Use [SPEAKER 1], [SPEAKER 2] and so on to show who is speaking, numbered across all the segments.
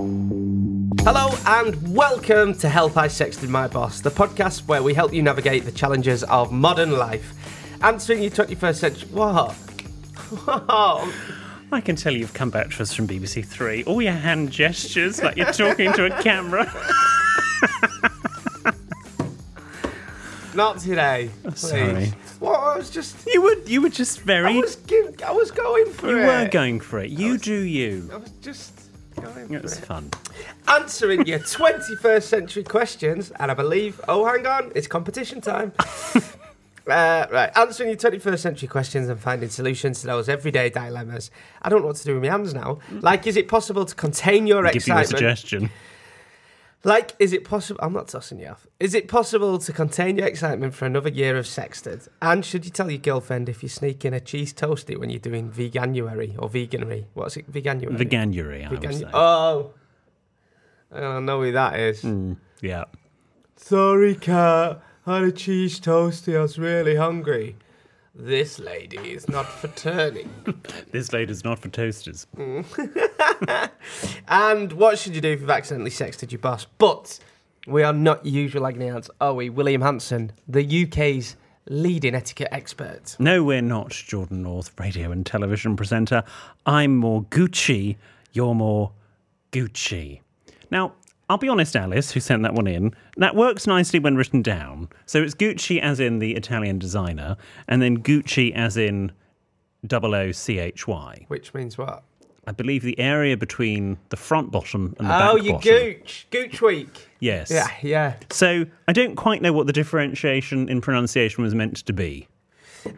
[SPEAKER 1] Hello and welcome to Help I Sexted My Boss, the podcast where we help you navigate the challenges of modern life. Answering your 21st century. What? What?
[SPEAKER 2] I can tell you've come back to us from BBC Three. All your hand gestures, like you're talking to a camera.
[SPEAKER 1] Not today. please.
[SPEAKER 2] sorry.
[SPEAKER 1] What? I was just.
[SPEAKER 2] You were you were just very.
[SPEAKER 1] I was, give, I was going for
[SPEAKER 2] you
[SPEAKER 1] it.
[SPEAKER 2] were going for it. You do you.
[SPEAKER 1] I was just going
[SPEAKER 2] It was
[SPEAKER 1] for it.
[SPEAKER 2] fun.
[SPEAKER 1] Answering your 21st century questions, and I believe. Oh, hang on. It's competition time. Uh, right, answering your 21st century questions and finding solutions to those everyday dilemmas. I don't know what to do with my hands now. Like, is it possible to contain your
[SPEAKER 2] Give you a
[SPEAKER 1] excitement?
[SPEAKER 2] suggestion.
[SPEAKER 1] Like, is it possible? I'm not tossing you off. Is it possible to contain your excitement for another year of sexted? And should you tell your girlfriend if you sneak in a cheese toastie when you're doing veganuary or veganery? What's it? Veganuary.
[SPEAKER 2] Veganuary, I would
[SPEAKER 1] Veganu-
[SPEAKER 2] say. Hmm.
[SPEAKER 1] Oh, I don't know who that is.
[SPEAKER 2] Yeah.
[SPEAKER 1] Sorry, cat. Had a cheese toastie. I was really hungry. This lady is not for turning.
[SPEAKER 2] This lady's not for toasters.
[SPEAKER 1] And what should you do if you've accidentally sexted your boss? But we are not your usual agony aunts, are we? William Hanson, the UK's leading etiquette expert.
[SPEAKER 2] No, we're not Jordan North, radio and television presenter. I'm more Gucci, you're more Gucci. Now, I'll be honest, Alice, who sent that one in, that works nicely when written down. So it's Gucci as in the Italian designer, and then Gucci as in double O C H Y.
[SPEAKER 1] Which means what?
[SPEAKER 2] I believe the area between the front bottom and the back
[SPEAKER 1] Oh, you
[SPEAKER 2] bottom.
[SPEAKER 1] gooch. Gooch week.
[SPEAKER 2] Yes.
[SPEAKER 1] Yeah, yeah.
[SPEAKER 2] So I don't quite know what the differentiation in pronunciation was meant to be.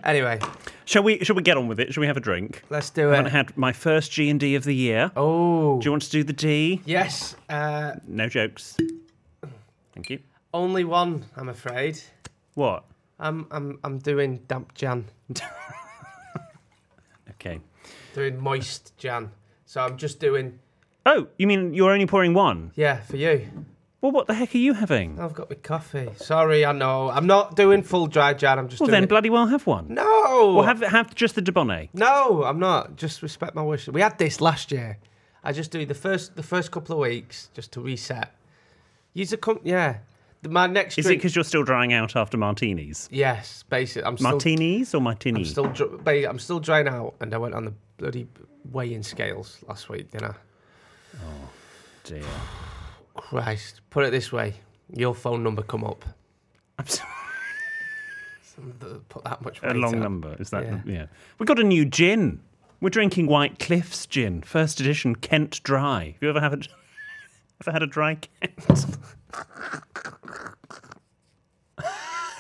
[SPEAKER 1] Anyway,
[SPEAKER 2] Shall we? Shall we get on with it? Shall we have a drink?
[SPEAKER 1] let's do
[SPEAKER 2] I haven't
[SPEAKER 1] it.
[SPEAKER 2] had my first G and D of the year.
[SPEAKER 1] Oh.
[SPEAKER 2] Do you want to do the D?
[SPEAKER 1] Yes, uh,
[SPEAKER 2] No jokes. Thank you.
[SPEAKER 1] only one, I'm afraid.
[SPEAKER 2] What?
[SPEAKER 1] I'm, I'm, I'm doing damp Jan,
[SPEAKER 2] Okay.
[SPEAKER 1] doing moist Jan. So I'm just doing,
[SPEAKER 2] Oh, you mean you're only pouring one?
[SPEAKER 1] yeah, for you.
[SPEAKER 2] Well, what the heck are you having?
[SPEAKER 1] I've got my coffee. Sorry, I know. I'm not doing full dry Jan. I'm just
[SPEAKER 2] Well,
[SPEAKER 1] doing.
[SPEAKER 2] then
[SPEAKER 1] it-
[SPEAKER 2] bloody well have one.
[SPEAKER 1] no!
[SPEAKER 2] Well, have have just the Debonnet.
[SPEAKER 1] No, I'm not. Just respect my wishes. We had this last year. I just do the first the first couple of weeks just to reset. Use a com- yeah. The- My next
[SPEAKER 2] Is it
[SPEAKER 1] drink
[SPEAKER 2] because you're still drying out after martinis?
[SPEAKER 1] yes, basically I'm still
[SPEAKER 2] Martinis or martini?
[SPEAKER 1] I'm still dr- ba- I'm still drying out, and I went on the bloody weighing scales last week. Didn't I?
[SPEAKER 2] Dear.
[SPEAKER 1] Christ, put it this way, your phone number come up.
[SPEAKER 2] I'm so-
[SPEAKER 1] Th- Put that much
[SPEAKER 2] a
[SPEAKER 1] weight
[SPEAKER 2] long
[SPEAKER 1] on.
[SPEAKER 2] number. Is that?
[SPEAKER 1] Yeah.
[SPEAKER 2] Yeah. We got a new gin. We're drinking White Cliffs gin, first edition Kent Dry. Have you ever have a, ever had a dry Kent?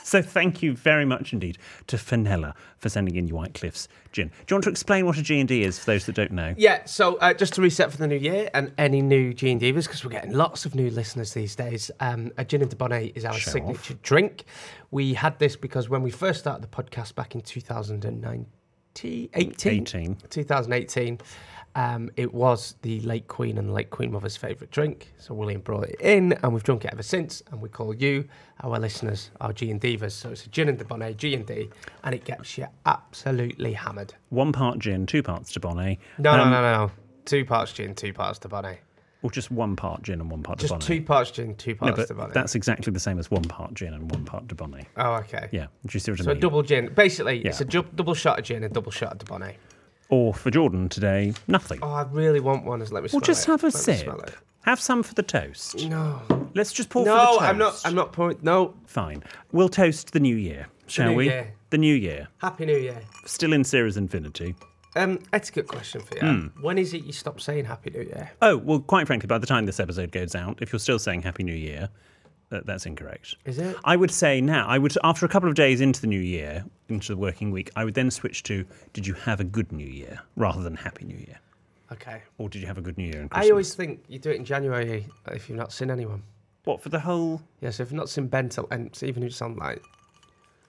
[SPEAKER 2] so thank you very much indeed to Fenella for sending in your White Cliffs gin. Do you want to explain what a G&D is for those that don't know?
[SPEAKER 1] Yeah, so uh, just to reset for the new year and any new G and Divas, because we're getting lots of new listeners these days, um, a gin and debonnet is our signature drink. We had this because when we first started the podcast back in 2019,
[SPEAKER 2] 18.
[SPEAKER 1] 2018, um, it was the late Queen and the late Queen Mother's favourite drink. So William brought it in, and we've drunk it ever since. And we call you, our listeners, our G and Divas. So it's a gin and debonnet G and D, and it gets you absolutely hammered.
[SPEAKER 2] One part gin, two parts Debonnet. Um,
[SPEAKER 1] No, no, no, no, no. Two parts gin, two parts Debonnet.
[SPEAKER 2] Or just one part gin and one part
[SPEAKER 1] Just
[SPEAKER 2] Dubonnet?
[SPEAKER 1] two parts gin, two
[SPEAKER 2] No,
[SPEAKER 1] parts
[SPEAKER 2] but
[SPEAKER 1] Dubonnet.
[SPEAKER 2] that's exactly the same as one part gin and one part Dubonnet.
[SPEAKER 1] oh, okay.
[SPEAKER 2] Yeah, do you see what I
[SPEAKER 1] So a
[SPEAKER 2] mean?
[SPEAKER 1] double gin. Basically, it's
[SPEAKER 2] Yeah.
[SPEAKER 1] a ju- double shot of gin and double shot of Dubonnet.
[SPEAKER 2] Or for Jordan today, nothing.
[SPEAKER 1] Oh, I really want one. As let me. smell
[SPEAKER 2] Well, just
[SPEAKER 1] it.
[SPEAKER 2] have a
[SPEAKER 1] Let me
[SPEAKER 2] sip.
[SPEAKER 1] smell it.
[SPEAKER 2] Have some for the toast.
[SPEAKER 1] No,
[SPEAKER 2] Let's just pour for the
[SPEAKER 1] no,
[SPEAKER 2] toast.
[SPEAKER 1] I'm not. I'm not pouring. No,
[SPEAKER 2] Fine. We'll toast the new year, shall
[SPEAKER 1] new
[SPEAKER 2] we?
[SPEAKER 1] year.
[SPEAKER 2] The new year.
[SPEAKER 1] Happy New Year.
[SPEAKER 2] Still in Sarah's infinity.
[SPEAKER 1] Um, etiquette question for you.
[SPEAKER 2] Hmm.
[SPEAKER 1] When is it you stop saying Happy New Year?
[SPEAKER 2] Oh, well, quite frankly, by the time this episode goes out, if you're still saying Happy New Year, that, that's incorrect.
[SPEAKER 1] Is it?
[SPEAKER 2] I would say now, I would, after a couple of days into the new year, into the working week, I would then switch to, did you have a good new year rather than Happy New Year?
[SPEAKER 1] Okay.
[SPEAKER 2] Or did you have a good new year? And
[SPEAKER 1] I always think you do it in January uh, if you've not seen anyone.
[SPEAKER 2] What, for the whole.
[SPEAKER 1] Yeah, so if you've not seen Ben till and so even if it's on like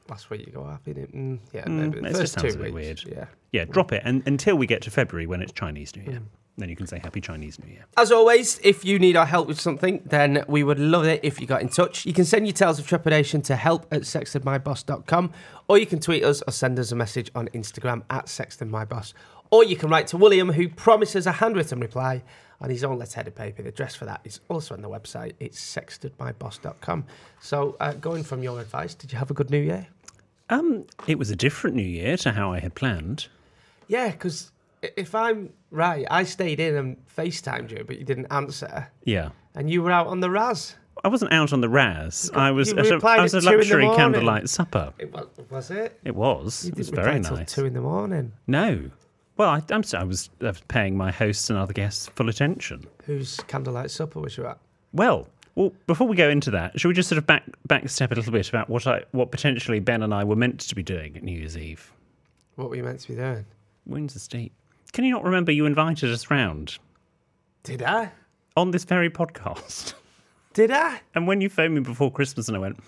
[SPEAKER 1] last week, you go happy. New-" Mm, yeah, maybe
[SPEAKER 2] it
[SPEAKER 1] the
[SPEAKER 2] just
[SPEAKER 1] first
[SPEAKER 2] sounds
[SPEAKER 1] two
[SPEAKER 2] a bit
[SPEAKER 1] weeks,
[SPEAKER 2] weird.
[SPEAKER 1] Yeah. Mm.
[SPEAKER 2] Yeah, drop it and, until we get to February when it's Chinese New Year. Then you can say Happy Chinese New Year.
[SPEAKER 1] As always, if you need our help with something, then we would love it if you got in touch. You can send your tales of trepidation to help at sextedmyboss.com, or you can tweet us or send us a message on Instagram at sextedmyboss. Or you can write to William, who promises a handwritten reply on his own letterhead of paper. The address for that is also on the website. It's sextedmyboss.com. So, uh, going from your advice, did you have a good New Year?
[SPEAKER 2] Um, it was a different New Year to how I had planned.
[SPEAKER 1] Yeah, because if I'm right, I stayed in and FaceTimed you, but you didn't answer,
[SPEAKER 2] Yeah.
[SPEAKER 1] and you were out on the Raz.
[SPEAKER 2] I wasn't out on the Raz. I was
[SPEAKER 1] you
[SPEAKER 2] at a,
[SPEAKER 1] replied
[SPEAKER 2] I was
[SPEAKER 1] at
[SPEAKER 2] at a
[SPEAKER 1] two in the
[SPEAKER 2] luxury
[SPEAKER 1] morning.
[SPEAKER 2] candlelight supper.
[SPEAKER 1] It was, was it?
[SPEAKER 2] It was. It was
[SPEAKER 1] Didn't
[SPEAKER 2] very
[SPEAKER 1] reply till
[SPEAKER 2] nice.
[SPEAKER 1] Two in the morning.
[SPEAKER 2] No. Well, I, I'm, s- I, was, I was paying my hosts and other guests full attention.
[SPEAKER 1] Whose candlelight supper was you at?
[SPEAKER 2] Well, well, before we go into that, should we just sort of back backstep a little bit about what I what potentially Ben and I were meant to be doing at New Year's Eve?
[SPEAKER 1] What were you meant to be doing?
[SPEAKER 2] Windsor State. Can you not remember you invited us round
[SPEAKER 1] Did I?
[SPEAKER 2] on this very podcast?
[SPEAKER 1] Did I?
[SPEAKER 2] And when you phoned me before Christmas, and I went,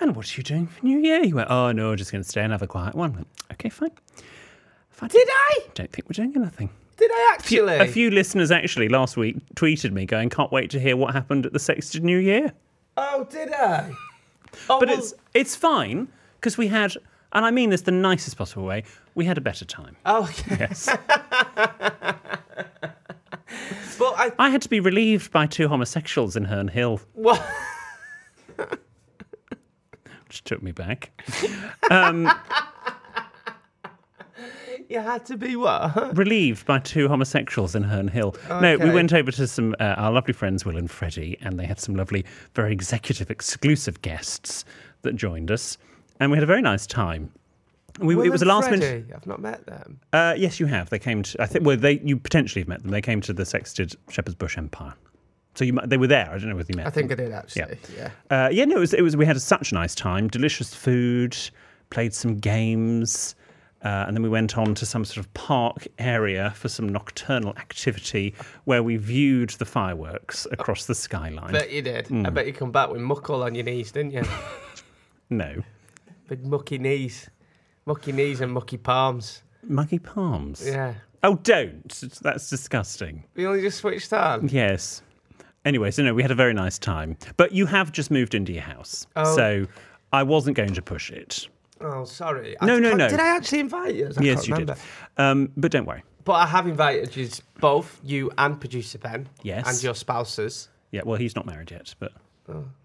[SPEAKER 2] "And what are you doing for New Year?" You went, "Oh no, just going to stay and have a quiet one." I went, okay, fine. fine.
[SPEAKER 1] Did I?
[SPEAKER 2] Don't think we're doing anything.
[SPEAKER 1] Did I actually?
[SPEAKER 2] A few listeners actually last week tweeted me going, "Can't wait to hear what happened at the Sexted New Year."
[SPEAKER 1] Oh, did I? Oh,
[SPEAKER 2] But
[SPEAKER 1] well,
[SPEAKER 2] it's it's fine because we had, and I mean this the nicest possible way, we had a better time.
[SPEAKER 1] oh, okay.
[SPEAKER 2] Yes,
[SPEAKER 1] Well, I
[SPEAKER 2] I had to be relieved by two homosexuals in Herne Hill,
[SPEAKER 1] well,
[SPEAKER 2] which took me back.
[SPEAKER 1] you had to be what?
[SPEAKER 2] relieved by two homosexuals in Herne Hill. No, we
[SPEAKER 1] Okay.
[SPEAKER 2] went over to some uh, our lovely friends Will and Freddie, and they had some lovely, very executive, exclusive guests that joined us, and we had a very nice time. We, it was a
[SPEAKER 1] Will and
[SPEAKER 2] last minute.
[SPEAKER 1] Freddie, I've not met them.
[SPEAKER 2] Uh, yes, you have. They came to. I think. Well, they you potentially have met them. They came to the Sexted Shepherd's Bush Empire. So you, might- they were there. I don't know whether you met.
[SPEAKER 1] I think I
[SPEAKER 2] them.
[SPEAKER 1] did actually. Yeah.
[SPEAKER 2] Uh, yeah, no, it was, it was. We had such a nice time. Delicious food. Played some games, uh, and then we went on to some sort of park area for some nocturnal activity where we viewed the fireworks across the skyline.
[SPEAKER 1] Bet you did.
[SPEAKER 2] Mm.
[SPEAKER 1] I bet you come back with muckle on your knees, didn't you?
[SPEAKER 2] no,
[SPEAKER 1] Big mucky knees, mucky knees and mucky palms.
[SPEAKER 2] muggy palms.
[SPEAKER 1] Yeah.
[SPEAKER 2] Oh, don't. That's disgusting.
[SPEAKER 1] We only just switched on.
[SPEAKER 2] Yes. Anyway, so no, we had a very nice time. But you have just moved into your house.
[SPEAKER 1] Oh.
[SPEAKER 2] So I wasn't going to push it.
[SPEAKER 1] Oh, sorry.
[SPEAKER 2] No,
[SPEAKER 1] I
[SPEAKER 2] no,
[SPEAKER 1] can't-
[SPEAKER 2] no.
[SPEAKER 1] Did I actually invite you? I
[SPEAKER 2] yes,
[SPEAKER 1] can't
[SPEAKER 2] you
[SPEAKER 1] remember.
[SPEAKER 2] did. Um, but don't worry.
[SPEAKER 1] But I have invited you both, you and producer Ben.
[SPEAKER 2] Yes.
[SPEAKER 1] And your spouses.
[SPEAKER 2] Yeah, well, he's not married yet, but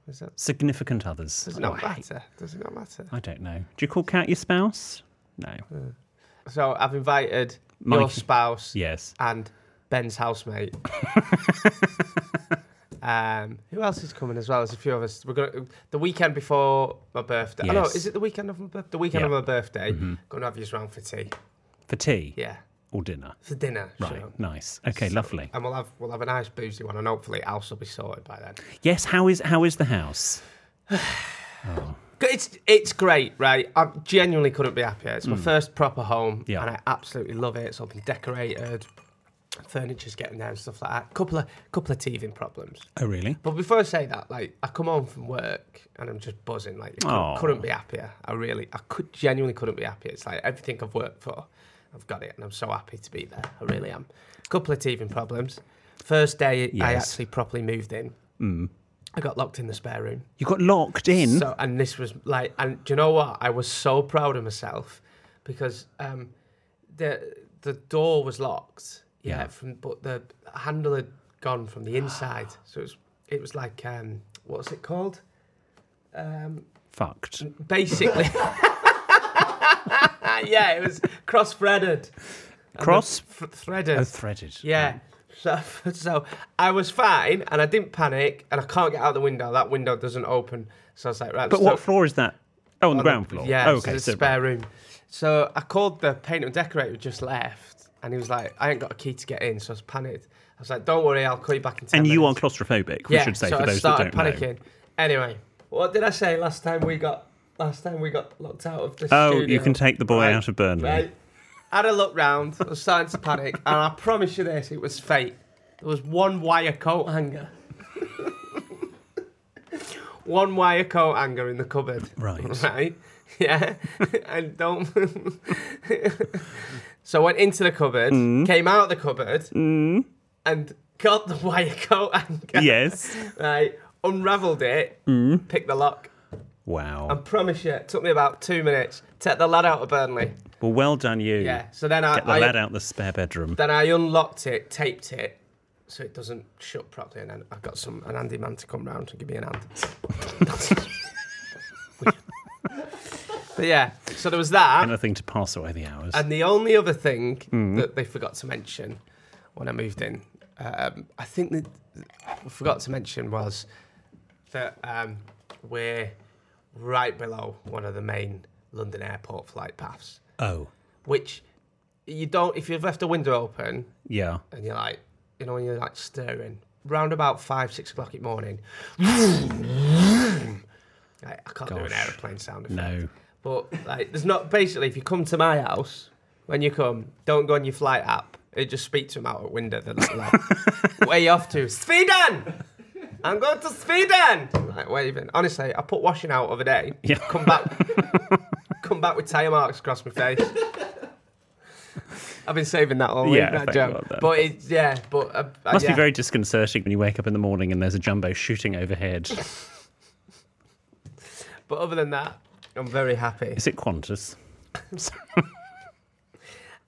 [SPEAKER 1] Is that,
[SPEAKER 2] significant others.
[SPEAKER 1] does it
[SPEAKER 2] Oh,
[SPEAKER 1] not
[SPEAKER 2] I hate-
[SPEAKER 1] matter? Does it not matter?
[SPEAKER 2] I don't know. Do you call Cat your spouse? No.
[SPEAKER 1] Uh, So I've invited your
[SPEAKER 2] Mikey.
[SPEAKER 1] spouse
[SPEAKER 2] Yes.
[SPEAKER 1] and Ben's housemate. um, who else is coming as well? There's a few of us. We're gonna the weekend before my birthday. Oh, no,
[SPEAKER 2] Yes.
[SPEAKER 1] is it the weekend of my birthday? The weekend of
[SPEAKER 2] Yeah. Mm-hmm.
[SPEAKER 1] my birthday. Gonna have you round for tea.
[SPEAKER 2] For tea
[SPEAKER 1] Yeah.
[SPEAKER 2] or dinner?
[SPEAKER 1] For dinner.
[SPEAKER 2] Right.
[SPEAKER 1] sure. uh,
[SPEAKER 2] Nice. Okay, lovely.
[SPEAKER 1] And we'll have we'll have a nice boozy one and hopefully house will be sorted by then.
[SPEAKER 2] Yes, how is how is the house?
[SPEAKER 1] It's it's great, right? I genuinely couldn't be happier. It's my first proper home,
[SPEAKER 2] Hmm. Yeah.
[SPEAKER 1] and I absolutely love it. It's all been decorated, furniture's getting there and stuff like that. Couple of couple of teething problems,
[SPEAKER 2] Oh, really?
[SPEAKER 1] but before I say that, like I come home from work and I'm just buzzing. Like I
[SPEAKER 2] Aw.
[SPEAKER 1] couldn't, couldn't be happier. I really, I could genuinely couldn't be happier. It's like everything I've worked for, I've got it, and I'm so happy to be there. I really am. Couple of teething problems. First day, I
[SPEAKER 2] Yes. Hmm.
[SPEAKER 1] actually properly moved in. I got locked in the spare room.
[SPEAKER 2] You got locked in.
[SPEAKER 1] So, and this was like, and do you know what? I was so proud of myself because um, the the door was locked. Yeah.
[SPEAKER 2] Yeah.
[SPEAKER 1] From but the handle had gone from the inside. So it was, it was like, um, what's it called?
[SPEAKER 2] Fucked.
[SPEAKER 1] Basically. yeah, it was cross threaded.
[SPEAKER 2] Cross
[SPEAKER 1] threaded.
[SPEAKER 2] oh, threaded.
[SPEAKER 1] Yeah. So, so I was fine and I didn't panic and I can't get out the window. That window doesn't open. So I was like, right.
[SPEAKER 2] But
[SPEAKER 1] so-
[SPEAKER 2] what floor is that? Oh, on the ground floor.
[SPEAKER 1] Yeah,
[SPEAKER 2] Oh,
[SPEAKER 1] so
[SPEAKER 2] okay.
[SPEAKER 1] there's a
[SPEAKER 2] So,
[SPEAKER 1] spare room. So I called the painter and decorator who just left and he was like, I ain't got a key to get in. So I was panicked. I was like, don't worry, I'll call you back in 10
[SPEAKER 2] and you are
[SPEAKER 1] minutes.
[SPEAKER 2] claustrophobic.
[SPEAKER 1] yeah,
[SPEAKER 2] we should say
[SPEAKER 1] so
[SPEAKER 2] for
[SPEAKER 1] I
[SPEAKER 2] those that
[SPEAKER 1] started
[SPEAKER 2] don't know.
[SPEAKER 1] panicking. Anyway, what did I say last time we got last time we got locked out of the
[SPEAKER 2] Oh,
[SPEAKER 1] studio?
[SPEAKER 2] you can take the boy
[SPEAKER 1] Right,
[SPEAKER 2] out of Burnley.
[SPEAKER 1] Right. Had a look round, I was starting to panic, and I promise you this, it was fate. There was one wire coat hanger. one wire coat hanger in the cupboard.
[SPEAKER 2] Right.
[SPEAKER 1] Right. Yeah. and don't So I went into the cupboard,
[SPEAKER 2] Mm.
[SPEAKER 1] came out of the cupboard, and got the wire coat hanger.
[SPEAKER 2] Yes.
[SPEAKER 1] Right. Unraveled it,
[SPEAKER 2] Mm.
[SPEAKER 1] picked the lock. I
[SPEAKER 2] Wow.
[SPEAKER 1] promise you, it took me about two minutes. Take the lad out of Burnley.
[SPEAKER 2] Well, well done you.
[SPEAKER 1] Yeah. So then I,
[SPEAKER 2] Get the
[SPEAKER 1] I
[SPEAKER 2] lad out the spare bedroom.
[SPEAKER 1] then I unlocked it, taped it, so it doesn't shut properly, and then I got some an handy man to come round and give me an hand. but yeah, so there was that.
[SPEAKER 2] Anything to pass away the hours.
[SPEAKER 1] And the only other thing
[SPEAKER 2] Mm-hmm.
[SPEAKER 1] that they forgot to mention when I moved in, um, I think that we forgot to mention was that um, we're right below one of the main London airport flight paths,
[SPEAKER 2] oh.
[SPEAKER 1] which you don't, if you've left a window open
[SPEAKER 2] Yeah.
[SPEAKER 1] and you're like, you know, when you're like stirring, round about five, six o'clock in the morning, like, I can't do an
[SPEAKER 2] Gosh.
[SPEAKER 1] aeroplane sound effect.
[SPEAKER 2] No.
[SPEAKER 1] But like, there's not basically if you come to my house when you come, don't go on your flight app. It just speaks to them out at window. They're like, like, "Where you off to? Sweden! I'm going to Sweden!" Like waving. Honestly, I put washing out of a day.
[SPEAKER 2] Yeah.
[SPEAKER 1] Come back, come back with tire marks across my face. I've been saving that all week.
[SPEAKER 2] Yeah,
[SPEAKER 1] that
[SPEAKER 2] thank
[SPEAKER 1] joke.
[SPEAKER 2] God then.
[SPEAKER 1] But it's yeah, but uh, uh,
[SPEAKER 2] Must
[SPEAKER 1] yeah.
[SPEAKER 2] be very disconcerting when you wake up in the morning and there's a jumbo shooting overhead.
[SPEAKER 1] But other than that, I'm very happy.
[SPEAKER 2] Is it Qantas?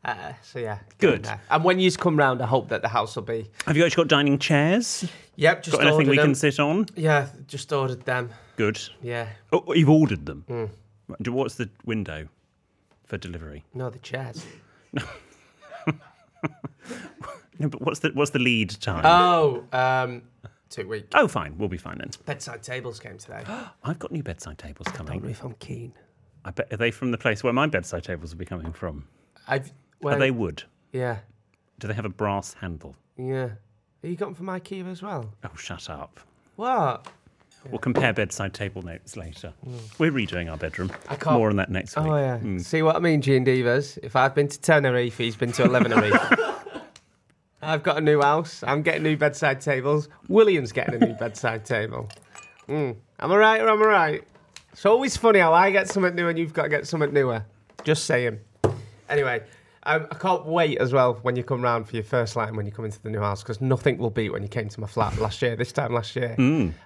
[SPEAKER 1] Uh, so yeah,
[SPEAKER 2] Good.
[SPEAKER 1] Yeah. And when you come round, I hope that the house will be.
[SPEAKER 2] Have you actually got dining chairs?
[SPEAKER 1] Yep. Just
[SPEAKER 2] Got anything
[SPEAKER 1] ordered
[SPEAKER 2] we
[SPEAKER 1] them.
[SPEAKER 2] can sit on?
[SPEAKER 1] Yeah, just ordered them.
[SPEAKER 2] Good.
[SPEAKER 1] Yeah.
[SPEAKER 2] Oh, you've ordered them.
[SPEAKER 1] Hmm.
[SPEAKER 2] Do- What's the window for delivery?
[SPEAKER 1] No, the chairs.
[SPEAKER 2] No, but what's the what's the lead time?
[SPEAKER 1] Oh, um, two week.
[SPEAKER 2] oh, fine. We'll be fine then.
[SPEAKER 1] Bedside tables came today.
[SPEAKER 2] I've got new bedside tables coming.
[SPEAKER 1] if I'm keen.
[SPEAKER 2] I bet are they from the place where my bedside tables will be coming from?
[SPEAKER 1] I've,
[SPEAKER 2] are
[SPEAKER 1] well,
[SPEAKER 2] they wood?
[SPEAKER 1] Yeah,
[SPEAKER 2] Do they have a brass handle?
[SPEAKER 1] yeah. Are you gotten from IKEA as well?
[SPEAKER 2] Oh, shut up.
[SPEAKER 1] What?
[SPEAKER 2] We'll compare bedside table notes later. We're redoing our bedroom.
[SPEAKER 1] Mm. I can't-
[SPEAKER 2] More on that next week.
[SPEAKER 1] Oh yeah. See what I mean, Gene Divas? If I've been to Tenerife, he's been to Elevenerife. I've got a new house. I'm getting new bedside tables. William's getting a new bedside table. Mm. I'm all right, or I'm all right. It's always funny how I get something new and you've got to get something newer. Just saying. Anyway, I, I can't wait as well when you come round for your first line when you come into the new house because nothing will beat when you came to my flat last year. This time last year,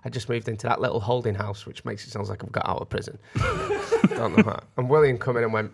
[SPEAKER 1] I just moved into that little holding house, which makes it sound like I've got out of prison. Don't know that. And William come in and went,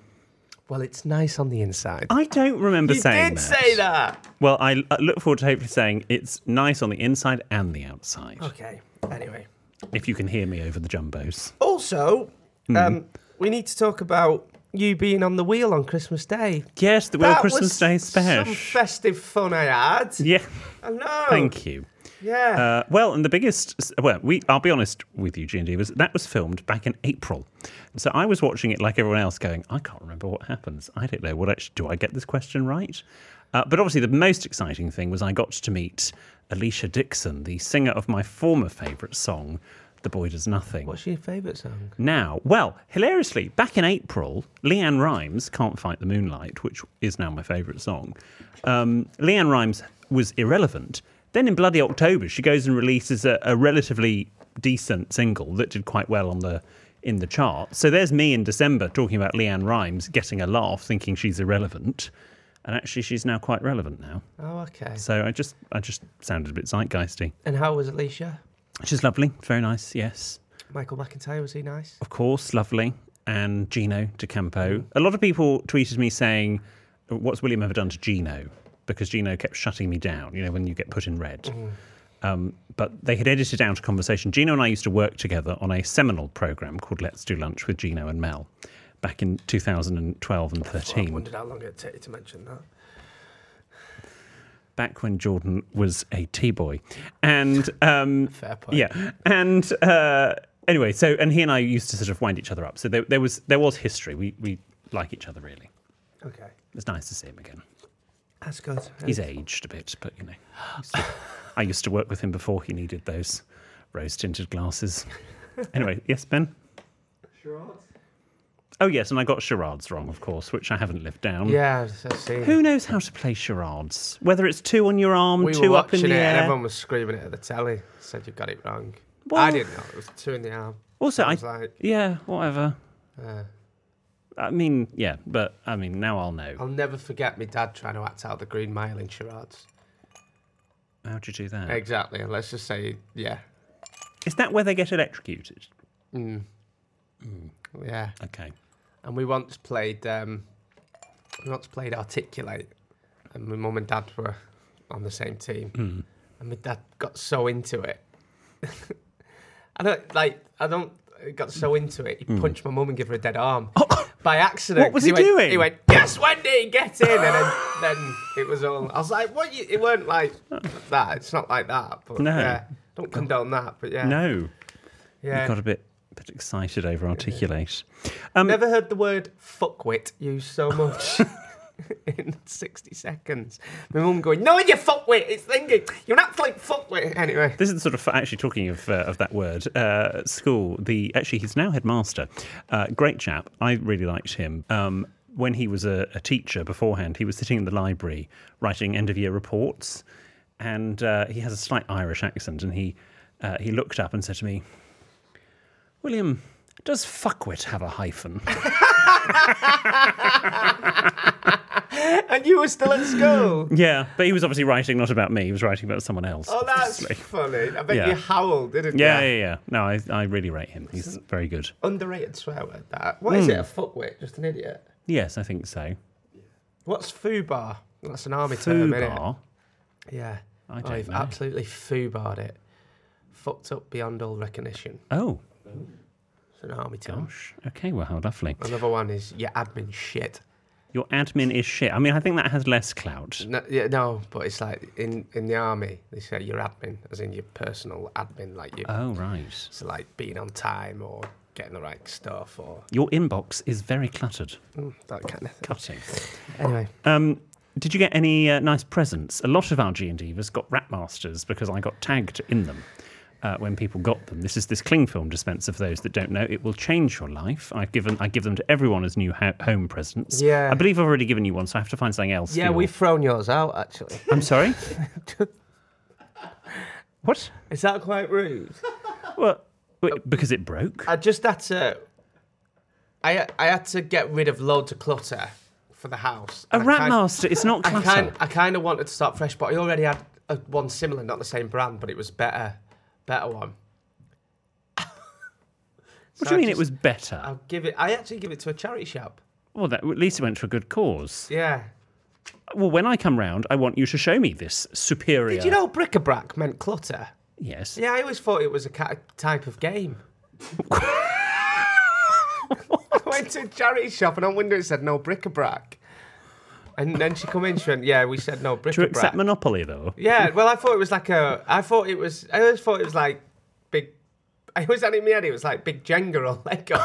[SPEAKER 1] "Well, it's nice on the inside."
[SPEAKER 2] I don't remember
[SPEAKER 1] Oh, you
[SPEAKER 2] saying
[SPEAKER 1] did
[SPEAKER 2] that.
[SPEAKER 1] say that.
[SPEAKER 2] Well, I I look forward to hopefully saying it's nice on the inside and the outside.
[SPEAKER 1] Okay. Anyway,
[SPEAKER 2] If you can hear me over the jumbos.
[SPEAKER 1] also,
[SPEAKER 2] Hmm.
[SPEAKER 1] um, we need to talk about you being on the wheel on Christmas Day.
[SPEAKER 2] Yes, the Will
[SPEAKER 1] That
[SPEAKER 2] Christmas
[SPEAKER 1] was
[SPEAKER 2] Day
[SPEAKER 1] Some
[SPEAKER 2] special.
[SPEAKER 1] festive fun I had.
[SPEAKER 2] yeah.
[SPEAKER 1] I know.
[SPEAKER 2] Thank you.
[SPEAKER 1] Yeah.
[SPEAKER 2] Uh, well, and the biggest, well, we, I'll be honest with you, G&D, was that was filmed back in April. So I was watching it like everyone else going, I can't remember what happens. I don't know what actually, do I get this question right? Uh, but obviously the most exciting thing was I got to meet Alicia Dixon, the singer of my former favourite song, The Boy Does Nothing.
[SPEAKER 1] What's your favourite song?
[SPEAKER 2] Now, well, hilariously, back in April, Leanne Rhymes, Can't Fight the Moonlight, which is now my favourite song, um, Leanne Rhymes was irrelevant. Then in bloody October, she goes and releases a, a relatively decent single that did quite well on the in the chart. So there's me in December talking about Leanne Rhymes, getting a laugh, thinking she's irrelevant. And actually, she's now quite relevant now.
[SPEAKER 1] Oh, okay.
[SPEAKER 2] So I just, I just sounded a bit zeitgeisty.
[SPEAKER 1] And how was Alicia?
[SPEAKER 2] She's lovely, very nice, yes
[SPEAKER 1] Michael McIntyre was he nice?
[SPEAKER 2] of course, lovely, and Gino DeCampo. A lot of people tweeted me saying, "What's William ever done to Gino?" because Gino kept shutting me down, you know, when you get put in red.
[SPEAKER 1] Mm.
[SPEAKER 2] Um, but they had edited out a conversation. Gino and I used to work together on a seminal program called Let's Do Lunch with Gino and Mel back in 2012 and 13
[SPEAKER 1] Oh, I wondered how long it'd take you to mention that.
[SPEAKER 2] back when Jordan was a T boy. And um,
[SPEAKER 1] Fair point.
[SPEAKER 2] yeah, and uh, anyway, so and he and I used to sort of wind each other up. So there, there was there was history. We we like each other really.
[SPEAKER 1] Okay.
[SPEAKER 2] It's nice to see him again.
[SPEAKER 1] That's good.
[SPEAKER 2] He's aged a bit, but you know, he's- I used to work with him before he needed those rose tinted glasses. Anyway, yes, Ben. Charades. Oh yes, and I got charades wrong, of course, which I haven't lived down.
[SPEAKER 1] Yeah, I've so seen.
[SPEAKER 2] Who knows how to play charades? Whether it's two on your arm,
[SPEAKER 1] we
[SPEAKER 2] two
[SPEAKER 1] were
[SPEAKER 2] up in
[SPEAKER 1] watching
[SPEAKER 2] the
[SPEAKER 1] it
[SPEAKER 2] air.
[SPEAKER 1] and everyone was screaming it at the telly. Said you got it wrong.
[SPEAKER 2] Well-
[SPEAKER 1] I didn't know. It was two in the arm.
[SPEAKER 2] Also, I,
[SPEAKER 1] was like-
[SPEAKER 2] yeah, whatever.
[SPEAKER 1] Uh,
[SPEAKER 2] I mean, yeah, but I mean, now I'll know.
[SPEAKER 1] I'll never forget my dad trying to act out the Green Mile in charades.
[SPEAKER 2] How'd you do that? Is
[SPEAKER 1] Exactly. And let's just say, yeah,
[SPEAKER 2] that where they get electrocuted?
[SPEAKER 1] yeah.
[SPEAKER 2] Okay.
[SPEAKER 1] And we once played, um, we once played articulate, and my mum and dad were on the same team,
[SPEAKER 2] Hmm.
[SPEAKER 1] and my dad got so into it. I don't like. I don't got so into it. He punched my mum and gave her a dead arm by accident.
[SPEAKER 2] Hmm. What was
[SPEAKER 1] 'cause
[SPEAKER 2] he
[SPEAKER 1] went-
[SPEAKER 2] doing?
[SPEAKER 1] He went, "Yes, Wendy, get in!" And then, then it was all. I was like, "What? You, it weren't like that. It's not like that." But
[SPEAKER 2] No.
[SPEAKER 1] yeah, don't condone that. But yeah,
[SPEAKER 2] No,
[SPEAKER 1] yeah.
[SPEAKER 2] you got a bit bit excited over articulate. Um,
[SPEAKER 1] Never heard the word fuckwit used so much in 60 seconds. My mum going, No, you fuckwit. It's thinking, you're not like fuckwit. Anyway,
[SPEAKER 2] This is the sort of actually talking of uh, of that word uh, at school. The actually he's now headmaster, uh, great chap. I really liked him. Um, when he was a, a teacher beforehand, he was sitting in the library writing end of year reports, and uh, he has a slight Irish accent. And he uh, he looked up and said to me, "William, does fuckwit have a hyphen?"
[SPEAKER 1] and you were still at school.
[SPEAKER 2] yeah, but he was obviously writing not about me. He was writing about someone else.
[SPEAKER 1] Oh, that's
[SPEAKER 2] obviously.
[SPEAKER 1] funny. I bet
[SPEAKER 2] Yeah.
[SPEAKER 1] you howled, didn't
[SPEAKER 2] Yeah,
[SPEAKER 1] you?
[SPEAKER 2] yeah, yeah. No, I, I really rate him. He's very good.
[SPEAKER 1] Underrated swear word, that. What
[SPEAKER 2] Hmm.
[SPEAKER 1] is it, a fuckwit? Just an idiot.
[SPEAKER 2] Yes, I think so.
[SPEAKER 1] What's foobar? That's an army term, isn't it?
[SPEAKER 2] Fubar.
[SPEAKER 1] Yeah.
[SPEAKER 2] I
[SPEAKER 1] oh,
[SPEAKER 2] don't
[SPEAKER 1] you've
[SPEAKER 2] know.
[SPEAKER 1] absolutely foobarred it. Fucked up beyond all recognition.
[SPEAKER 2] Oh,
[SPEAKER 1] It's an army term.
[SPEAKER 2] gosh. Oh, Okay, well, how lovely.
[SPEAKER 1] Another one is your admin shit.
[SPEAKER 2] Your admin is shit. I mean, I think that has less clout.
[SPEAKER 1] No, yeah, no, but it's like in, in the army, they say your admin, as in your personal admin, like you,
[SPEAKER 2] Oh, right.
[SPEAKER 1] so like being on time or getting the right stuff or
[SPEAKER 2] Your inbox is very cluttered.
[SPEAKER 1] mm, that kind of thing.
[SPEAKER 2] Cutting.
[SPEAKER 1] Anyway,
[SPEAKER 2] Um, did you get any uh, nice presents? A lot of our G and Divas got Rap Masters because I got tagged in them uh, when people got them. This is this cling film dispenser for those that don't know. It will change your life. I've given I give them to everyone as new ho- home presents.
[SPEAKER 1] Yeah.
[SPEAKER 2] I believe I've already given you one, so I have to find something else.
[SPEAKER 1] yeah,
[SPEAKER 2] for your-
[SPEAKER 1] we've thrown yours out actually.
[SPEAKER 2] I'm sorry. what?
[SPEAKER 1] Is that quite rude?
[SPEAKER 2] Well, wait, because it broke.
[SPEAKER 1] I just had to, I I had to get rid of loads of clutter for the house.
[SPEAKER 2] A
[SPEAKER 1] and I
[SPEAKER 2] rat
[SPEAKER 1] kind-
[SPEAKER 2] master is not
[SPEAKER 1] I
[SPEAKER 2] clutter.
[SPEAKER 1] kind I kind of wanted to start fresh, but I already had a, one similar, not the same brand, but it was better, better one.
[SPEAKER 2] what
[SPEAKER 1] So
[SPEAKER 2] do you
[SPEAKER 1] I
[SPEAKER 2] mean it
[SPEAKER 1] just-
[SPEAKER 2] was better?
[SPEAKER 1] I'll give it. I actually give it to a charity shop.
[SPEAKER 2] well, that, at least it went to a good cause.
[SPEAKER 1] Yeah.
[SPEAKER 2] Well, when I come round, I want you to show me this superior.
[SPEAKER 1] Did you know bric-a-brac meant clutter?
[SPEAKER 2] Yes.
[SPEAKER 1] Yeah, I always thought it was a ca- type of game. I went to a charity shop and on window it said no bric-a-brac. And then she come in, she went, yeah, we said no
[SPEAKER 2] To accept
[SPEAKER 1] bric-a-brac.
[SPEAKER 2] monopoly, though.
[SPEAKER 1] yeah, well, I thought it was like a, I thought it was, I always thought it was like big, I always had it in my head, it was like big Jenga or Lego.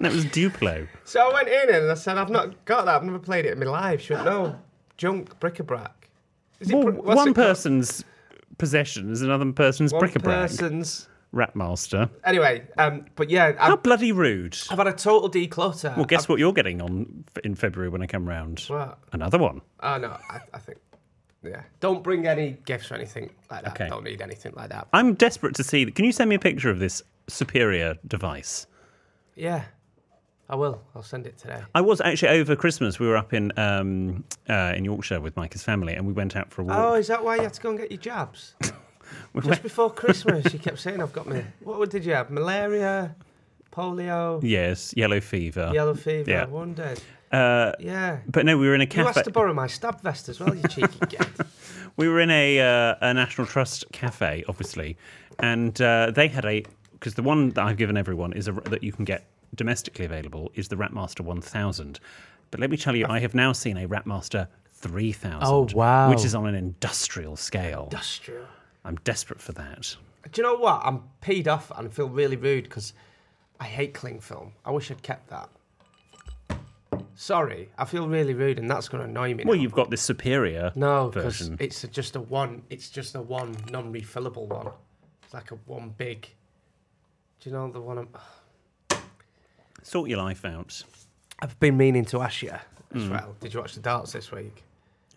[SPEAKER 2] That was Duplo.
[SPEAKER 1] so I went in and I said, I've not got that, I've never played it in my life. She went, no, junk, bric-a-brac. Is it
[SPEAKER 2] Well,
[SPEAKER 1] bri- what's
[SPEAKER 2] one
[SPEAKER 1] it called?
[SPEAKER 2] person's possession is another person's
[SPEAKER 1] one
[SPEAKER 2] bric-a-brac.
[SPEAKER 1] person's.
[SPEAKER 2] Rat master.
[SPEAKER 1] Anyway, um, but yeah,
[SPEAKER 2] How
[SPEAKER 1] I've,
[SPEAKER 2] bloody rude.
[SPEAKER 1] I've had a total declutter.
[SPEAKER 2] Well, guess what you're getting on f- in February when I come round?
[SPEAKER 1] What?
[SPEAKER 2] Another one.
[SPEAKER 1] Oh no, I, I think. Yeah. Don't bring any gifts or anything like that.
[SPEAKER 2] Okay.
[SPEAKER 1] Don't need anything like that.
[SPEAKER 2] I'm desperate to see. Can you send me a picture of this superior device?
[SPEAKER 1] Yeah. I will. I'll send it today.
[SPEAKER 2] I was actually over Christmas. We were up in um, uh, in Yorkshire with Micah's family, and we went out for a walk.
[SPEAKER 1] Oh, is that why you had to go and get your jabs?
[SPEAKER 2] We
[SPEAKER 1] Just
[SPEAKER 2] went-
[SPEAKER 1] before Christmas, you kept saying I've got me. What did you have? Malaria, polio,
[SPEAKER 2] yes, yellow fever.
[SPEAKER 1] yellow fever.
[SPEAKER 2] Yeah.
[SPEAKER 1] I wondered. yeah.
[SPEAKER 2] But no, we were in a
[SPEAKER 1] You
[SPEAKER 2] cafe.
[SPEAKER 1] asked to borrow my stab vest as well, you cheeky git.
[SPEAKER 2] we were in a, uh, a National Trust cafe, obviously, and uh, they had a because the one that I've given everyone is a, that you can get domestically available is the Ratmaster 1000. But let me tell you, I have now seen a Ratmaster 3000.
[SPEAKER 3] Oh, wow.
[SPEAKER 2] Which is on an industrial scale.
[SPEAKER 1] That's true.
[SPEAKER 2] I'm desperate for that.
[SPEAKER 1] Do you know what? I'm peed off and feel really rude because I hate cling film. I wish I'd kept that. Sorry, I feel really rude, and that's going to annoy me.
[SPEAKER 2] Well,
[SPEAKER 1] now.
[SPEAKER 2] you've got this superior
[SPEAKER 1] no, because
[SPEAKER 2] version.
[SPEAKER 1] it's a- just a one. It's just a one non-refillable one. It's like a one big. Do you know the one? I'm,
[SPEAKER 2] Sort your life out.
[SPEAKER 1] I've been meaning to ask you as well. Did you watch the darts this week?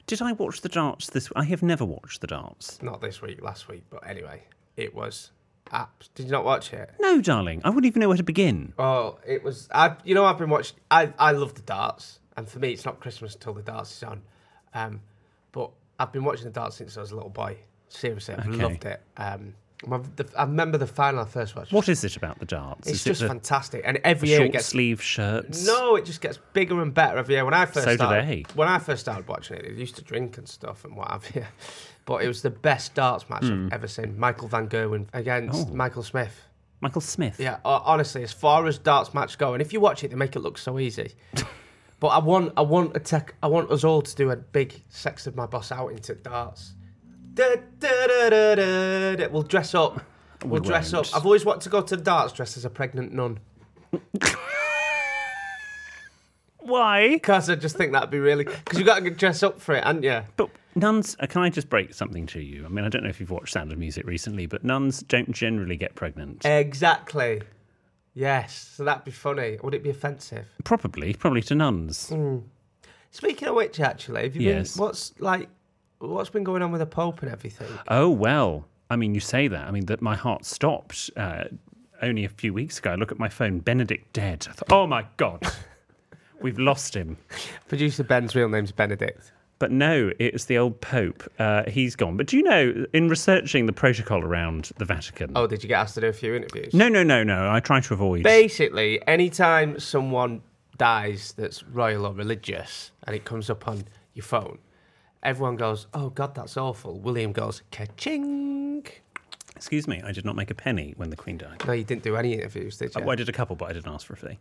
[SPEAKER 2] Did I watch the darts this? I have never watched the darts.
[SPEAKER 1] Not this week, last week, but anyway, it was. Apps. Did you not watch it?
[SPEAKER 2] No, darling, I wouldn't even know where to begin.
[SPEAKER 1] Oh, it was. I, you know, I've been watching. I, I love the darts, and for me, it's not Christmas until the darts is on. Um, but I've been watching the darts since I was a little boy. Seriously, I've
[SPEAKER 2] Okay.
[SPEAKER 1] loved it. Um, my, the, I remember the final I first watched.
[SPEAKER 2] What is it about the darts?
[SPEAKER 1] It's
[SPEAKER 2] is
[SPEAKER 1] just
[SPEAKER 2] it the,
[SPEAKER 1] fantastic, and every year it
[SPEAKER 2] short
[SPEAKER 1] gets
[SPEAKER 2] sleeve shirts?
[SPEAKER 1] no, it just gets bigger and better every year. When I first
[SPEAKER 2] So do
[SPEAKER 1] started,
[SPEAKER 2] they.
[SPEAKER 1] when I first started watching it, they used to drink and stuff and what have you. But it was the best darts match I've ever seen. Michael Van Gerwen against
[SPEAKER 2] Hmm. Oh.
[SPEAKER 1] Michael Smith.
[SPEAKER 2] Michael Smith.
[SPEAKER 1] Yeah, ho- honestly, as far as darts match go, and if you watch it, they make it look so easy. but I want, I want a tech, I want us all to do a big sex of my boss out into darts. Da, da, da, da, da, da. We'll dress up. We'll dress up.
[SPEAKER 2] won't.
[SPEAKER 1] I've always wanted to go to darts dressed as a pregnant nun
[SPEAKER 2] Why?
[SPEAKER 1] because I just think that'd be really. Because you got to dress up for it, haven't you?
[SPEAKER 2] But nuns. Uh, can I just break something to you? I mean, I don't know if you've watched Sound of Music recently, but nuns don't generally get pregnant.
[SPEAKER 1] Eh. Exactly. Yes. So that'd be funny. Would it be offensive?
[SPEAKER 2] probably, probably to nuns.
[SPEAKER 1] Mm. Speaking of which, actually, have you
[SPEAKER 2] Yes.
[SPEAKER 1] been, what's like, what's been going on with the Pope and everything?
[SPEAKER 2] Oh well. I mean, you say that. I mean, that my heart stopped uh, only a few weeks ago. I look at my phone. Benedict dead. I thought, oh my god, we've lost him.
[SPEAKER 1] Producer Ben's real name's Benedict.
[SPEAKER 2] But no, it's the old Pope. Uh, he's gone. But do you know, in researching the protocol around the Vatican?
[SPEAKER 1] Oh, did you get asked to do a few interviews?
[SPEAKER 2] No, no, no, no. I try to avoid.
[SPEAKER 1] Basically, anytime someone dies that's royal or religious and it comes up on your phone, everyone goes, Oh God, that's awful. William goes, Ka-ching.
[SPEAKER 2] Excuse me, I did not make a penny when the Queen died. Uh,
[SPEAKER 1] No, you didn't do any interviews, did you?
[SPEAKER 2] Well, I did a couple, but I didn't ask for a fee.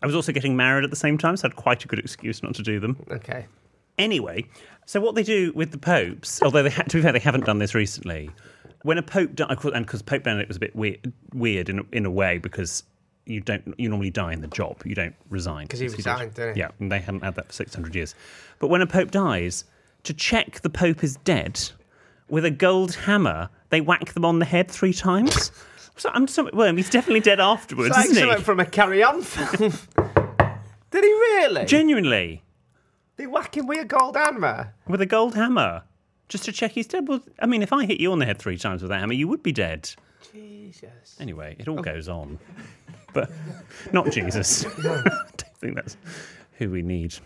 [SPEAKER 2] I was also getting married at the same time, so I had quite a good excuse not to do them.
[SPEAKER 1] okay.
[SPEAKER 2] Anyway, so what they do with the popes, although they ha- to be fair, they haven't done this recently. When a pope died, and because Pope Benedict was a bit weird, weird in, a- in a way, because you don't you normally die in the job, you don't resign.
[SPEAKER 1] 'Cause he resigned, didn't he?
[SPEAKER 2] Yeah, and they hadn't had that for six hundred years. But when a pope dies, to check the pope is dead, with a gold hammer, they whack them on the head three times. So I'm so, well, he's definitely dead afterwards,
[SPEAKER 1] It's like
[SPEAKER 2] isn't
[SPEAKER 1] something
[SPEAKER 2] he?
[SPEAKER 1] from a carry on film. did he really?
[SPEAKER 2] Genuinely.
[SPEAKER 1] they whack him with a gold hammer.
[SPEAKER 2] with a gold hammer just to check he's dead. Well, I mean, if I hit you on the head three times with that hammer, you would be dead.
[SPEAKER 1] Jesus.
[SPEAKER 2] Anyway, it all goes on, but not Jesus. I don't think that's who we need.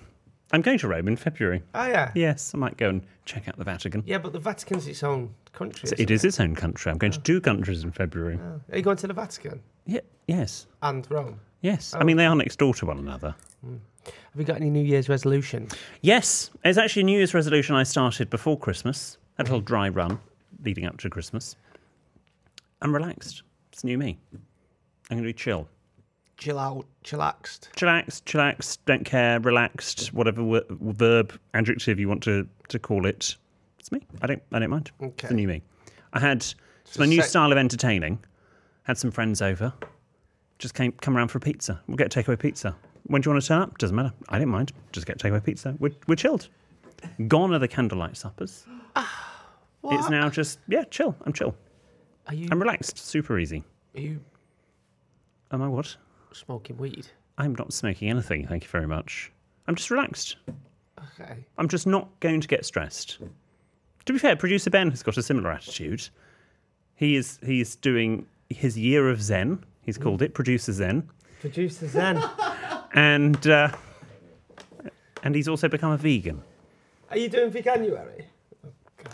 [SPEAKER 2] I'm going to Rome in February.
[SPEAKER 1] Oh yeah.
[SPEAKER 2] Yes, I might go and check out the Vatican.
[SPEAKER 1] Yeah, but the Vatican's its own country.
[SPEAKER 2] It is its own country. I'm going to two countries in February.
[SPEAKER 1] Are you going to the Vatican
[SPEAKER 2] Yeah, yes,
[SPEAKER 1] and Rome?
[SPEAKER 2] yes. I mean, they are next door to one another.
[SPEAKER 1] Have you got any New Year's resolutions?
[SPEAKER 2] Yes, it's actually a New Year's resolution I started before Christmas. Had a little dry run leading up to Christmas. I'm relaxed. It's new me. I'm going to be chill.
[SPEAKER 1] Chill out, chillaxed.
[SPEAKER 2] Chillaxed, chillaxed, don't care, relaxed, whatever w- verb, adjective you want to, to call it. It's me. I don't, I don't mind. It's
[SPEAKER 1] Okay.
[SPEAKER 2] the new me. I had it's my new
[SPEAKER 1] sec-
[SPEAKER 2] style of entertaining. Had some friends over. Just came come around for a pizza. We'll get takeaway pizza. When do you want to turn up? Doesn't matter. I don't mind. Just get takeaway pizza. We're, we're chilled. Gone are the candlelight suppers.
[SPEAKER 1] Ah,
[SPEAKER 2] It's now just yeah, chill. I'm chill.
[SPEAKER 1] Are you
[SPEAKER 2] I'm relaxed. Super easy.
[SPEAKER 1] are you
[SPEAKER 2] Am I what?
[SPEAKER 1] smoking weed?
[SPEAKER 2] I'm not smoking anything. Thank you very much. I'm just relaxed.
[SPEAKER 1] Okay.
[SPEAKER 2] I'm just not going to get stressed. To be fair, producer Ben has got a similar attitude. He is he's doing his year of Zen. He's called it producer Zen,
[SPEAKER 1] Producer Zen.
[SPEAKER 2] and uh, and he's also become a vegan.
[SPEAKER 1] are you doing veganuary?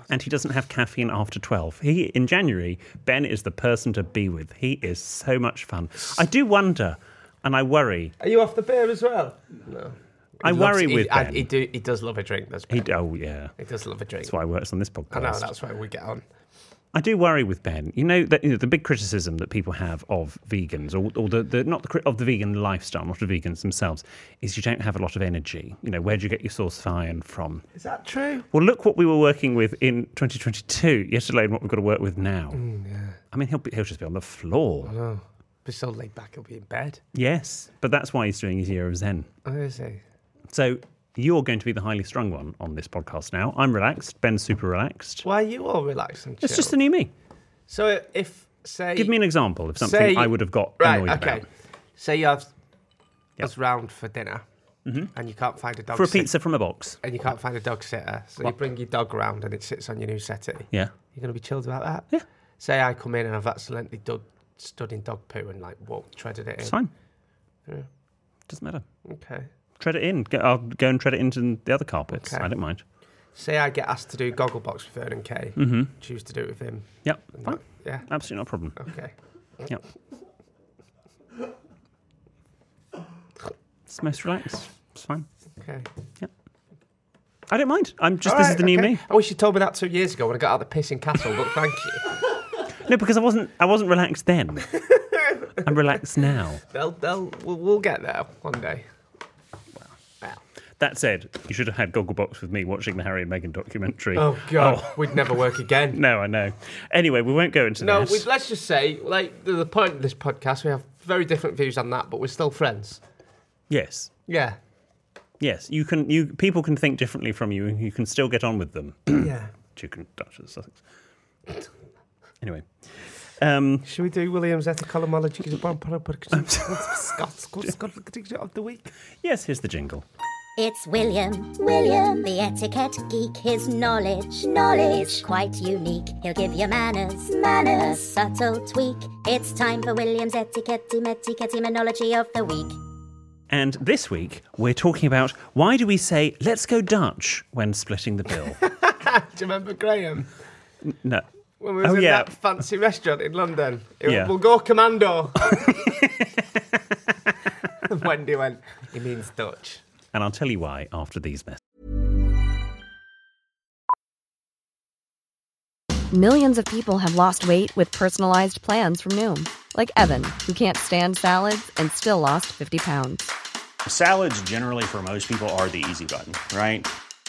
[SPEAKER 2] And he doesn't have caffeine after twelve. He in January, Ben is the person to be with. He is so much fun. I do wonder, and I worry.
[SPEAKER 1] Are you off the beer as well? No.
[SPEAKER 2] I
[SPEAKER 1] loves-
[SPEAKER 2] worry
[SPEAKER 1] he-
[SPEAKER 2] with
[SPEAKER 1] I-
[SPEAKER 2] Ben.
[SPEAKER 1] He, do, he does love a drink. That's
[SPEAKER 2] He,
[SPEAKER 1] Ben.
[SPEAKER 2] oh yeah,
[SPEAKER 1] He does love a drink.
[SPEAKER 2] that's why he works on this podcast.
[SPEAKER 1] I know. That's why we get on.
[SPEAKER 2] I do worry with Ben. You know, that, you know the big criticism that people have of vegans, or, or the, the not the, cri- of the vegan lifestyle, not of vegans themselves, is you don't have a lot of energy. You know, where do you get your source of iron from?
[SPEAKER 1] Is that true?
[SPEAKER 2] Well, look what we were working with in 2022, yet alone what we've got to work with now.
[SPEAKER 1] Mm,
[SPEAKER 2] I mean, he'll be, he'll just be on the floor.
[SPEAKER 1] Be so laid back, he'll be in bed.
[SPEAKER 2] Yes, but that's why he's doing his year of Zen.
[SPEAKER 1] Oh, is he?
[SPEAKER 2] So you're going to be the highly strung one on this podcast now. I'm relaxed. Ben's super relaxed.
[SPEAKER 1] Why are you all relaxed and chill?
[SPEAKER 2] It's just the new me.
[SPEAKER 1] so if say
[SPEAKER 2] Give me an example of something I would have got
[SPEAKER 1] right.
[SPEAKER 2] annoyed
[SPEAKER 1] okay.
[SPEAKER 2] about.
[SPEAKER 1] Say you have us round for dinner, and you can't find a dog
[SPEAKER 2] Mm-hmm. For a
[SPEAKER 1] sit-
[SPEAKER 2] pizza from a box.
[SPEAKER 1] and you can't find a dog sitter, so you bring your dog round and it sits on your new settee.
[SPEAKER 2] Yeah.
[SPEAKER 1] You're gonna be chilled about that. Yeah. Say I come in and I've accidentally dud, stood in dog poo and like whoa, treaded it in.
[SPEAKER 2] It's fine. Doesn't matter.
[SPEAKER 1] Okay.
[SPEAKER 2] Tread it in. Go, I'll go and tread it into the other carpets.
[SPEAKER 1] Okay.
[SPEAKER 2] I don't mind.
[SPEAKER 1] Say I get asked to do Gogglebox with Vernon Kay. Mm-hmm. Choose to do it with him.
[SPEAKER 2] Yep. Fine.
[SPEAKER 1] Yeah.
[SPEAKER 2] Absolutely not a problem.
[SPEAKER 1] Okay.
[SPEAKER 2] Yep. It's most relaxed. It's fine.
[SPEAKER 1] Okay.
[SPEAKER 2] I don't mind. I'm just,
[SPEAKER 1] All
[SPEAKER 2] this is
[SPEAKER 1] right,
[SPEAKER 2] the new
[SPEAKER 1] okay.
[SPEAKER 2] me.
[SPEAKER 1] I wish you told me that two years ago when I got out of the pissing castle, but thank you.
[SPEAKER 2] No, because I wasn't, I wasn't relaxed then. I'm relaxed now.
[SPEAKER 1] They'll, they'll, we'll, we'll get there one day. Well.
[SPEAKER 2] That said, you should have had Gogglebox with me watching the Harry and Meghan documentary.
[SPEAKER 1] Oh, God. We'd never work again.
[SPEAKER 2] No, I know. Anyway, we won't go into
[SPEAKER 1] No,
[SPEAKER 2] that.
[SPEAKER 1] we, let's just say, like, the, the point of this podcast, we have very different views on that, but we're still friends.
[SPEAKER 2] Yes,
[SPEAKER 1] Yeah.
[SPEAKER 2] yes. You can. You people can think differently from you, and you can still get on with them.
[SPEAKER 1] yeah.
[SPEAKER 2] Two can Dutch of Sussex. Anyway, um,
[SPEAKER 1] Should we do William's ethicolomology? Scott, Scott, Scott, of the week.
[SPEAKER 2] yes. Here's the jingle.
[SPEAKER 3] It's William, William, the etiquette geek. His knowledge, knowledge is quite unique. He'll give you manners, manners, a subtle tweak. It's time for William's etiquette, etiquette, etymology of the week.
[SPEAKER 2] And this week we're talking about why do we say "let's go Dutch" when splitting the bill?
[SPEAKER 1] Do you remember Graham?
[SPEAKER 2] no.
[SPEAKER 1] When we was
[SPEAKER 2] Oh,
[SPEAKER 1] in
[SPEAKER 2] yeah.
[SPEAKER 1] that fancy restaurant in London. It was,
[SPEAKER 2] Yeah.
[SPEAKER 1] We'll go commando. And Wendy went, he means Dutch.
[SPEAKER 2] And I'll tell you why after these messages.
[SPEAKER 4] Millions of people have lost weight with personalized plans from Noom, like Evan, who can't stand salads and still lost 50 pounds.
[SPEAKER 5] Salads, generally, for most people, are the easy button, right?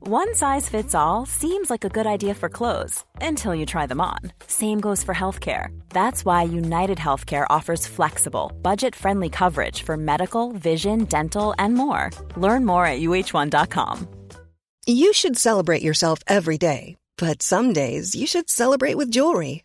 [SPEAKER 6] One size fits all seems like a good idea for clothes until you try them on. Same goes for healthcare. That's why United Healthcare offers flexible, budget friendly coverage for medical, vision, dental, and more. Learn more at uh1.com.
[SPEAKER 7] You should celebrate yourself every day, but some days you should celebrate with jewelry.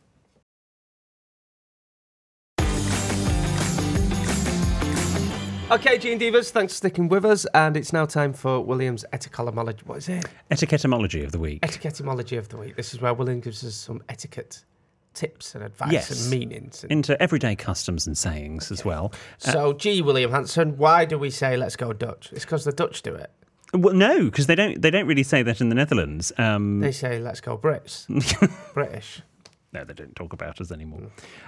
[SPEAKER 1] Okay, Gene Divas, thanks for sticking with us. And it's now time for William's eticolomology. What is it?
[SPEAKER 2] Etiquettomology of the week.
[SPEAKER 1] Etiquettomology of the week. This is where William gives us some etiquette tips and advice
[SPEAKER 2] Yes.
[SPEAKER 1] and meanings. And
[SPEAKER 2] Into everyday customs and sayings as well. Uh,
[SPEAKER 1] so, gee, William Hanson, why do we say let's go Dutch? It's because the Dutch do it.
[SPEAKER 2] Well, no, because they don't. They don't really say that in the Netherlands. Um,
[SPEAKER 1] They say let's go Brits. British.
[SPEAKER 2] no, they don't talk about us anymore.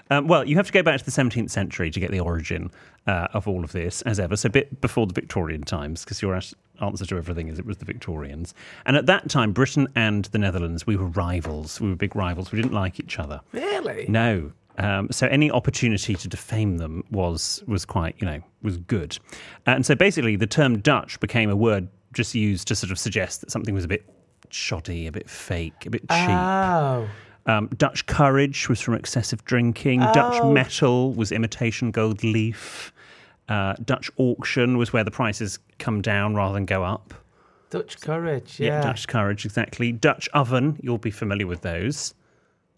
[SPEAKER 2] Um, well, you have to go back to the 17th century to get the origin uh, of all of this, as ever. So, a bit before the Victorian times, because your as- answer to everything is it was the Victorians. And at that time, Britain and the Netherlands, we were rivals. We were big rivals. We didn't like each other.
[SPEAKER 1] Really?
[SPEAKER 2] No. Um, so any opportunity to defame them was was quite you know was good, and so basically the term Dutch became a word just used to sort of suggest that something was a bit shoddy, a bit fake, a bit cheap.
[SPEAKER 1] Oh.
[SPEAKER 2] Um, Dutch
[SPEAKER 1] Oh.
[SPEAKER 2] courage was from excessive drinking. Dutch metal was imitation gold leaf. Uh, Dutch auction was where the prices come down rather than go up.
[SPEAKER 1] Dutch courage, yeah.
[SPEAKER 2] Dutch courage, exactly. Dutch oven, you'll be familiar with those.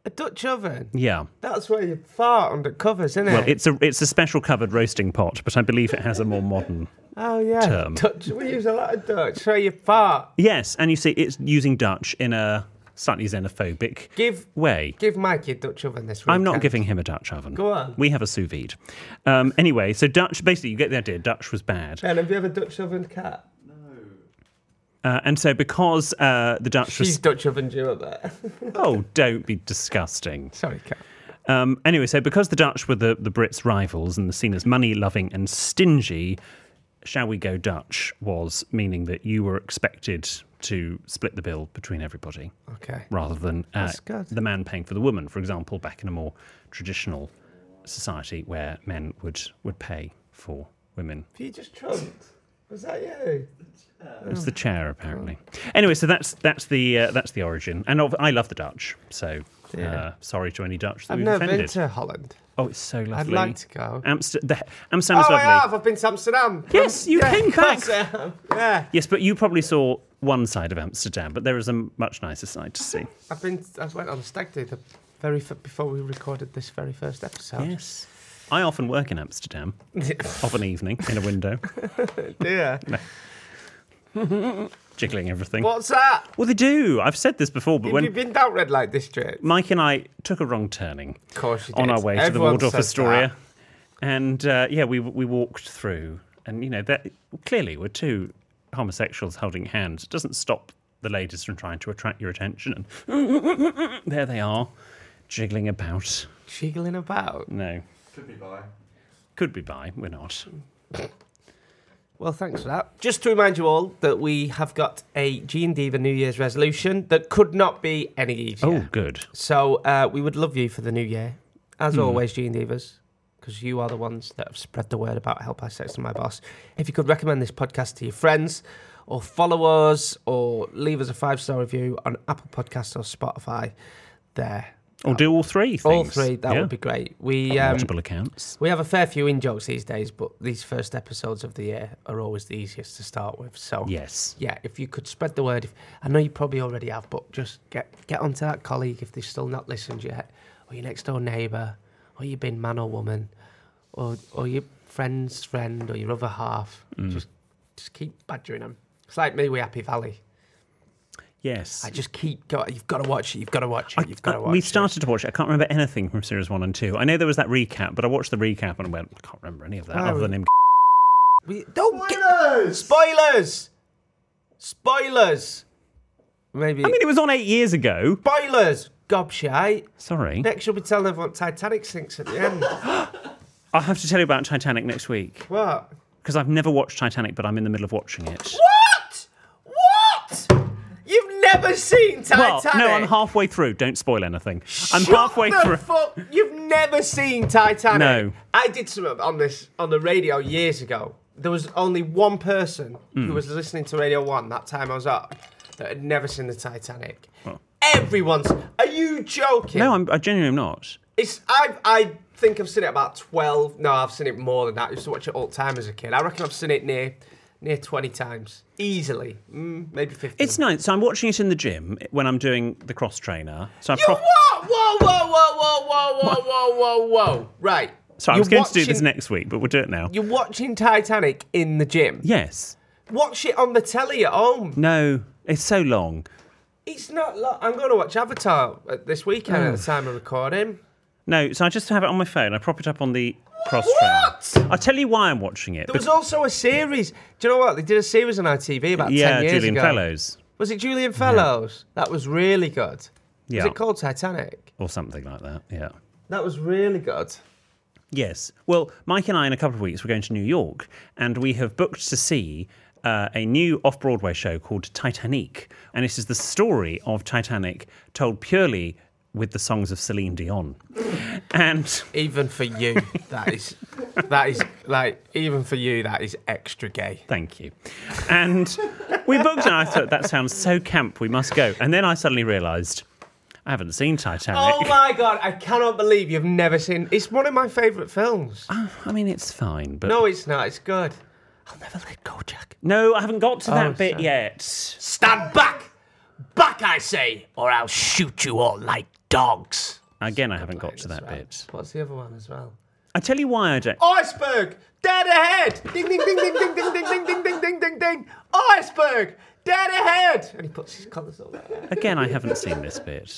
[SPEAKER 1] A Dutch oven.
[SPEAKER 2] Yeah.
[SPEAKER 1] That's where you fart under covers, isn't it?
[SPEAKER 2] Well, it's a it's a special covered roasting pot, but I believe it has a more modern.
[SPEAKER 1] oh yeah,
[SPEAKER 2] term.
[SPEAKER 1] Dutch. We use a lot of Dutch. Where you fart.
[SPEAKER 2] Yes, and you see, it's using Dutch in a slightly xenophobic
[SPEAKER 1] Give
[SPEAKER 2] way.
[SPEAKER 1] give Mike your Dutch oven this week.
[SPEAKER 2] I'm not giving him a Dutch oven.
[SPEAKER 1] Go on.
[SPEAKER 2] We have a sous vide. Um, anyway, so Dutch, basically, you get the idea. Dutch was bad.
[SPEAKER 1] Ben, have you ever Dutch oven cat?
[SPEAKER 2] Uh, and so because uh, the Dutch
[SPEAKER 1] She's
[SPEAKER 2] was.
[SPEAKER 1] Dutch oven Jew up there.
[SPEAKER 2] Oh, don't be disgusting.
[SPEAKER 1] Sorry, cat.
[SPEAKER 2] Um, anyway, so because the Dutch were the, the Brits' rivals and the scene as money loving and stingy, shall we go Dutch was meaning that you were expected to split the bill between everybody
[SPEAKER 1] Okay.
[SPEAKER 2] rather than uh,
[SPEAKER 1] That's good.
[SPEAKER 2] the man paying for the woman, for example, back in a more traditional society where men would, would pay for women.
[SPEAKER 1] Have you just trumped? Was that you?
[SPEAKER 2] It's
[SPEAKER 1] Oh,
[SPEAKER 2] the chair, apparently. Anyway, so that's that's the uh, that's the origin, and of, I love the Dutch. So uh, sorry to any Dutch that
[SPEAKER 1] I've
[SPEAKER 2] we've
[SPEAKER 1] never
[SPEAKER 2] offended.
[SPEAKER 1] been to Holland.
[SPEAKER 2] Oh, it's so lovely.
[SPEAKER 1] like to go.
[SPEAKER 2] Amster- the, Amsterdam's
[SPEAKER 1] oh,
[SPEAKER 2] lovely.
[SPEAKER 1] I have. I've been to Amsterdam.
[SPEAKER 2] Yes, you
[SPEAKER 1] Yeah,
[SPEAKER 2] came
[SPEAKER 1] of course
[SPEAKER 2] back.
[SPEAKER 1] I have. Yeah,
[SPEAKER 2] Yes, but you probably saw one side of Amsterdam, but there is a much nicer side to see.
[SPEAKER 1] I've been. I went on stag do the very f- before we recorded this very first episode.
[SPEAKER 2] Yes. I often work in Amsterdam
[SPEAKER 1] Yes.
[SPEAKER 2] of an evening in a window,
[SPEAKER 1] yeah.
[SPEAKER 2] jiggling everything.
[SPEAKER 1] What's that?
[SPEAKER 2] Well, they do. I've said this before, but
[SPEAKER 1] Have you
[SPEAKER 2] when
[SPEAKER 1] been down red light district?
[SPEAKER 2] Mike and I took a wrong turning
[SPEAKER 1] Of course you
[SPEAKER 2] on
[SPEAKER 1] did.
[SPEAKER 2] our way
[SPEAKER 1] Everyone
[SPEAKER 2] to the Waldorf
[SPEAKER 1] says
[SPEAKER 2] Astoria, and uh, yeah, we we walked through, and you know, that clearly we're two homosexuals holding hands. It doesn't stop the ladies from trying to attract your attention, and there they are, jiggling about.
[SPEAKER 1] that. Jiggling about.
[SPEAKER 2] No, could be bi. Could be bi. We're not.
[SPEAKER 1] Well, thanks for that. Just to remind you all that we have got a G&D for New Year's resolution that could not be any easier.
[SPEAKER 2] Oh, good.
[SPEAKER 1] So uh, we would love you for the new year.
[SPEAKER 2] Hmm.
[SPEAKER 1] As always, Gene Divas, because you are the ones that have spread the word about Help I Sex to My Boss. If you could recommend this podcast to your friends or follow us or leave us a five star review on Apple Podcasts or Spotify, there.
[SPEAKER 2] Or do all three. Things.
[SPEAKER 1] All three, that
[SPEAKER 2] Yeah.
[SPEAKER 1] would be great. We um,
[SPEAKER 2] multiple accounts.
[SPEAKER 1] we have a fair few in jokes these days, but these first episodes of the year are always the easiest to start with. So
[SPEAKER 2] Yes.
[SPEAKER 1] yeah, if you could spread the word, if, I know you probably already have, but just get get onto that colleague if they've still not listened yet, or your next door neighbour, or your bin man or woman, or or your friend's friend, or your other half.
[SPEAKER 2] Mm.
[SPEAKER 1] Just just keep badgering them. It's like me with Happy Valley.
[SPEAKER 2] Yes.
[SPEAKER 1] I just keep go. You've got to watch it. You've got to watch
[SPEAKER 2] I-
[SPEAKER 1] it. You've got to
[SPEAKER 2] I-
[SPEAKER 1] watch
[SPEAKER 2] we
[SPEAKER 1] it.
[SPEAKER 2] started to watch it. I can't remember anything from series one and two. I know there was that recap, but I watched the recap and went, I can't remember any of that
[SPEAKER 1] Why
[SPEAKER 2] other
[SPEAKER 1] would-
[SPEAKER 2] than him.
[SPEAKER 1] We, don't spoilers. spoilers. Spoilers. Maybe
[SPEAKER 2] I mean, it was on eight years ago.
[SPEAKER 1] spoilers. Gobshite.
[SPEAKER 2] Sorry.
[SPEAKER 1] Next, you'll be telling everyone Titanic sinks at the end.
[SPEAKER 2] I'll have to tell you about Titanic next week
[SPEAKER 1] what?
[SPEAKER 2] because I've never watched Titanic, but I'm in the middle of watching it.
[SPEAKER 1] What? What? You've never seen
[SPEAKER 2] Well,
[SPEAKER 1] Titanic?
[SPEAKER 2] no, I'm halfway through. Don't spoil anything. I'm
[SPEAKER 1] Shut
[SPEAKER 2] halfway
[SPEAKER 1] the
[SPEAKER 2] through.
[SPEAKER 1] Fuck. You've never seen Titanic?
[SPEAKER 2] No.
[SPEAKER 1] I did some on this on the radio years ago. There was only one person
[SPEAKER 2] Hmm.
[SPEAKER 1] who was listening to Radio One that time I was up that had never seen the Titanic. Everyone's. Are you joking?
[SPEAKER 2] no, I'm, I genuinely am not.
[SPEAKER 1] It's I I think I've seen it about twelve. No, I've seen it more than that. I used to watch it all the time as a kid. I reckon I've seen it near near twenty times easily, mm, maybe fifteen.
[SPEAKER 2] It's nice. So I'm watching it in the gym when I'm doing the cross trainer. So I
[SPEAKER 1] You what? Whoa, whoa, whoa, whoa, whoa, whoa, whoa, whoa, whoa! Right.
[SPEAKER 2] Sorry, I was
[SPEAKER 1] You're
[SPEAKER 2] going to do this
[SPEAKER 1] watching-
[SPEAKER 2] next week, but we'll do it now.
[SPEAKER 1] You're watching Titanic in the gym.
[SPEAKER 2] Yes.
[SPEAKER 1] Watch it on the telly at home.
[SPEAKER 2] No. It's so long.
[SPEAKER 1] It's not. Lo- I'm going to watch Avatar uh, this weekend
[SPEAKER 2] Oh.
[SPEAKER 1] at the time of recording.
[SPEAKER 2] No, so I just have it on my phone. I prop it up on the cross
[SPEAKER 1] What?
[SPEAKER 2] train. I'll tell you why I'm watching it.
[SPEAKER 1] There was
[SPEAKER 2] bec-
[SPEAKER 1] also a series. Do you know what? They did a series on ITV about
[SPEAKER 2] yeah,
[SPEAKER 1] ten years
[SPEAKER 2] Julian
[SPEAKER 1] ago.
[SPEAKER 2] Fellows
[SPEAKER 1] Was it Julian Fellows? That was really good.
[SPEAKER 2] Yeah.
[SPEAKER 1] Was it called Titanic?
[SPEAKER 2] or something like that. Yeah.
[SPEAKER 1] That was really good.
[SPEAKER 2] Yes. Well, Mike and I, in a couple of weeks, we're going to New York, and we have booked to see uh, a new off Broadway show called Titanic. And it is the story of Titanic told purely with the songs of Celine Dion. and
[SPEAKER 1] Even for you, that is that is like even for you that is extra gay.
[SPEAKER 2] Thank you. And we booked, and I thought that sounds so camp. We must go. And then I suddenly realised I haven't seen Titanic.
[SPEAKER 1] Oh my god, I cannot believe you've never seen. It's one of my favourite films.
[SPEAKER 2] I mean, it's fine, but
[SPEAKER 1] No, it's not. It's good. Ah. I'll never let go, Jack.
[SPEAKER 2] No, I haven't got to that
[SPEAKER 1] Oh,
[SPEAKER 2] bit
[SPEAKER 1] sorry.
[SPEAKER 2] yet.
[SPEAKER 8] Stand back! Back, I say, or I'll shoot you all like dogs.
[SPEAKER 2] Again, I haven't got to that bit.
[SPEAKER 1] What's the other one as well?
[SPEAKER 2] I tell you why I
[SPEAKER 1] Oh,
[SPEAKER 2] don't.
[SPEAKER 1] Iceberg, dead ahead. Ding ding ding ding ding ding ding ding ding ding ding ding ding. Iceberg, dead ahead. And he puts his collars over. there.
[SPEAKER 2] Again, I haven't seen this bit.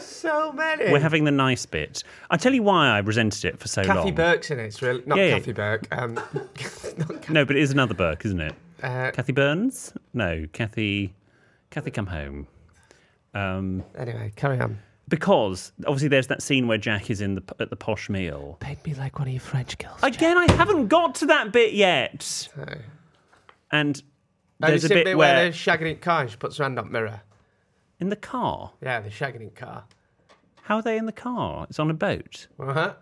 [SPEAKER 1] So many.
[SPEAKER 2] We're having the nice bit. I tell you why I resented it for so
[SPEAKER 1] Kathy
[SPEAKER 2] long.
[SPEAKER 1] Burke's in it. It's really not
[SPEAKER 2] Yeah, yeah.
[SPEAKER 1] Kathy Burke. Um, not Kathy.
[SPEAKER 2] No, but it is another Burke, isn't it?
[SPEAKER 1] Uh,
[SPEAKER 2] Kathy Burns? No, Kathy. Kathy, come home. Um,
[SPEAKER 1] anyway, carry on.
[SPEAKER 2] because obviously there's that scene where Jack is in the at the posh meal.
[SPEAKER 1] Paint me like one of your French girls.
[SPEAKER 2] Again, I haven't got to that bit yet. And
[SPEAKER 1] Oh,
[SPEAKER 2] there's a bit,
[SPEAKER 1] where,
[SPEAKER 2] where
[SPEAKER 1] they're shagging in car and she puts her hand up mirror.
[SPEAKER 2] in the car.
[SPEAKER 1] Yeah, they're shagging in car.
[SPEAKER 2] How are they in the car? It's on a boat.
[SPEAKER 1] Uh-huh.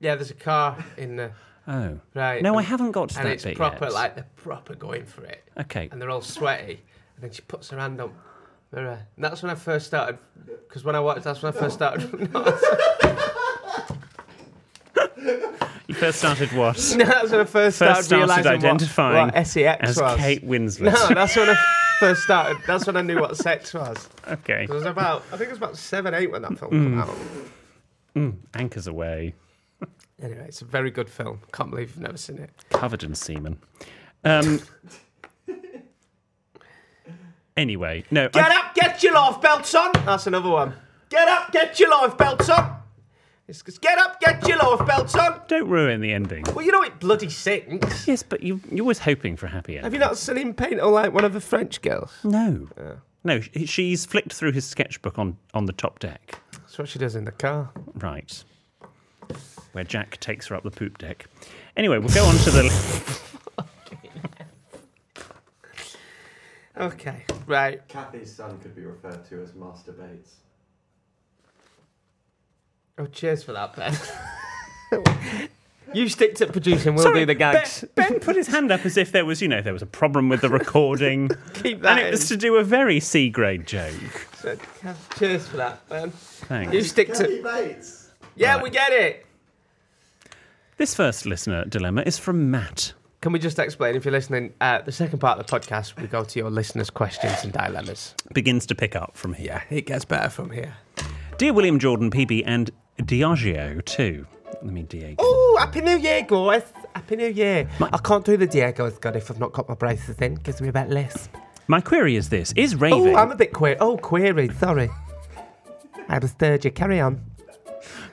[SPEAKER 1] Yeah, there's a car in the
[SPEAKER 2] Oh.
[SPEAKER 1] right.
[SPEAKER 2] No, I
[SPEAKER 1] and-
[SPEAKER 2] haven't got to
[SPEAKER 1] And
[SPEAKER 2] that
[SPEAKER 1] it's
[SPEAKER 2] bit
[SPEAKER 1] proper,
[SPEAKER 2] yet.
[SPEAKER 1] like they're proper going for it.
[SPEAKER 2] Okay.
[SPEAKER 1] and they're all sweaty. And then she puts her hand on mirror. And that's when I first started, because when I watched, that's when I first started. no,
[SPEAKER 2] You first started what? First
[SPEAKER 1] that's when I first, started,
[SPEAKER 2] started
[SPEAKER 1] realizing
[SPEAKER 2] identifying
[SPEAKER 1] what, what SEX
[SPEAKER 2] as
[SPEAKER 1] was.
[SPEAKER 2] Kate Winslet.
[SPEAKER 1] No, that's when I first started. That's when I knew what sex was.
[SPEAKER 2] Okay.
[SPEAKER 1] 'Cause I was about, I think it was about seven, eight when that film came out.
[SPEAKER 2] Anchors away,
[SPEAKER 1] Anyway, it's a very good film. Can't believe you've never seen it.
[SPEAKER 2] covered in semen. Um. anyway, no. I-
[SPEAKER 1] Get up, get your life belts on. That's another one. Get up, get your life belts on. It's 'cause get up, get your life belts on.
[SPEAKER 2] don't ruin the ending.
[SPEAKER 1] Well, you know it bloody sings.
[SPEAKER 2] Yes, but you, you're always hoping for a happy ending.
[SPEAKER 1] Have you not seen him paint on like one of the French girls?
[SPEAKER 2] No. No, sh- she's flicked through his sketchbook on, on the top deck.
[SPEAKER 1] That's what she does in the car.
[SPEAKER 2] Right. Where Jack takes her up the poop deck. Anyway, we'll go on to the.
[SPEAKER 1] Okay, right.
[SPEAKER 9] Kathy's son could be referred to as Master Bates.
[SPEAKER 1] Oh, cheers for that, Ben. you stick to producing. We'll do the gags.
[SPEAKER 2] Ben, ben put his hand up as if there was, you know, there was a problem with the recording.
[SPEAKER 1] Keep that.
[SPEAKER 2] and it was to do a very C grade joke.
[SPEAKER 1] in. Cheers for that, Ben. You
[SPEAKER 2] Thanks.
[SPEAKER 1] stick
[SPEAKER 9] Kathy
[SPEAKER 1] to.
[SPEAKER 9] Bates!
[SPEAKER 1] Yeah, we get it.
[SPEAKER 2] This first listener dilemma is from Matt.
[SPEAKER 1] Can we just explain if you're listening? Uh, the second part of the podcast, we go to your listeners' questions and dilemmas.
[SPEAKER 2] Begins to pick up from here.
[SPEAKER 1] Yeah, it gets better from here.
[SPEAKER 2] Dear William Jordan, PB, and Diageo, too. Let me Diego.
[SPEAKER 1] Oh, happy New Year, guys! Happy New Year.
[SPEAKER 2] My-
[SPEAKER 1] I can't do the Diego God if I've not got my braces in. Gives me a bit lisp.
[SPEAKER 2] My query is this Is
[SPEAKER 1] Oh,
[SPEAKER 2] raving.
[SPEAKER 1] I'm a bit queer. Oh, query. Sorry. I disturbed you. Carry on.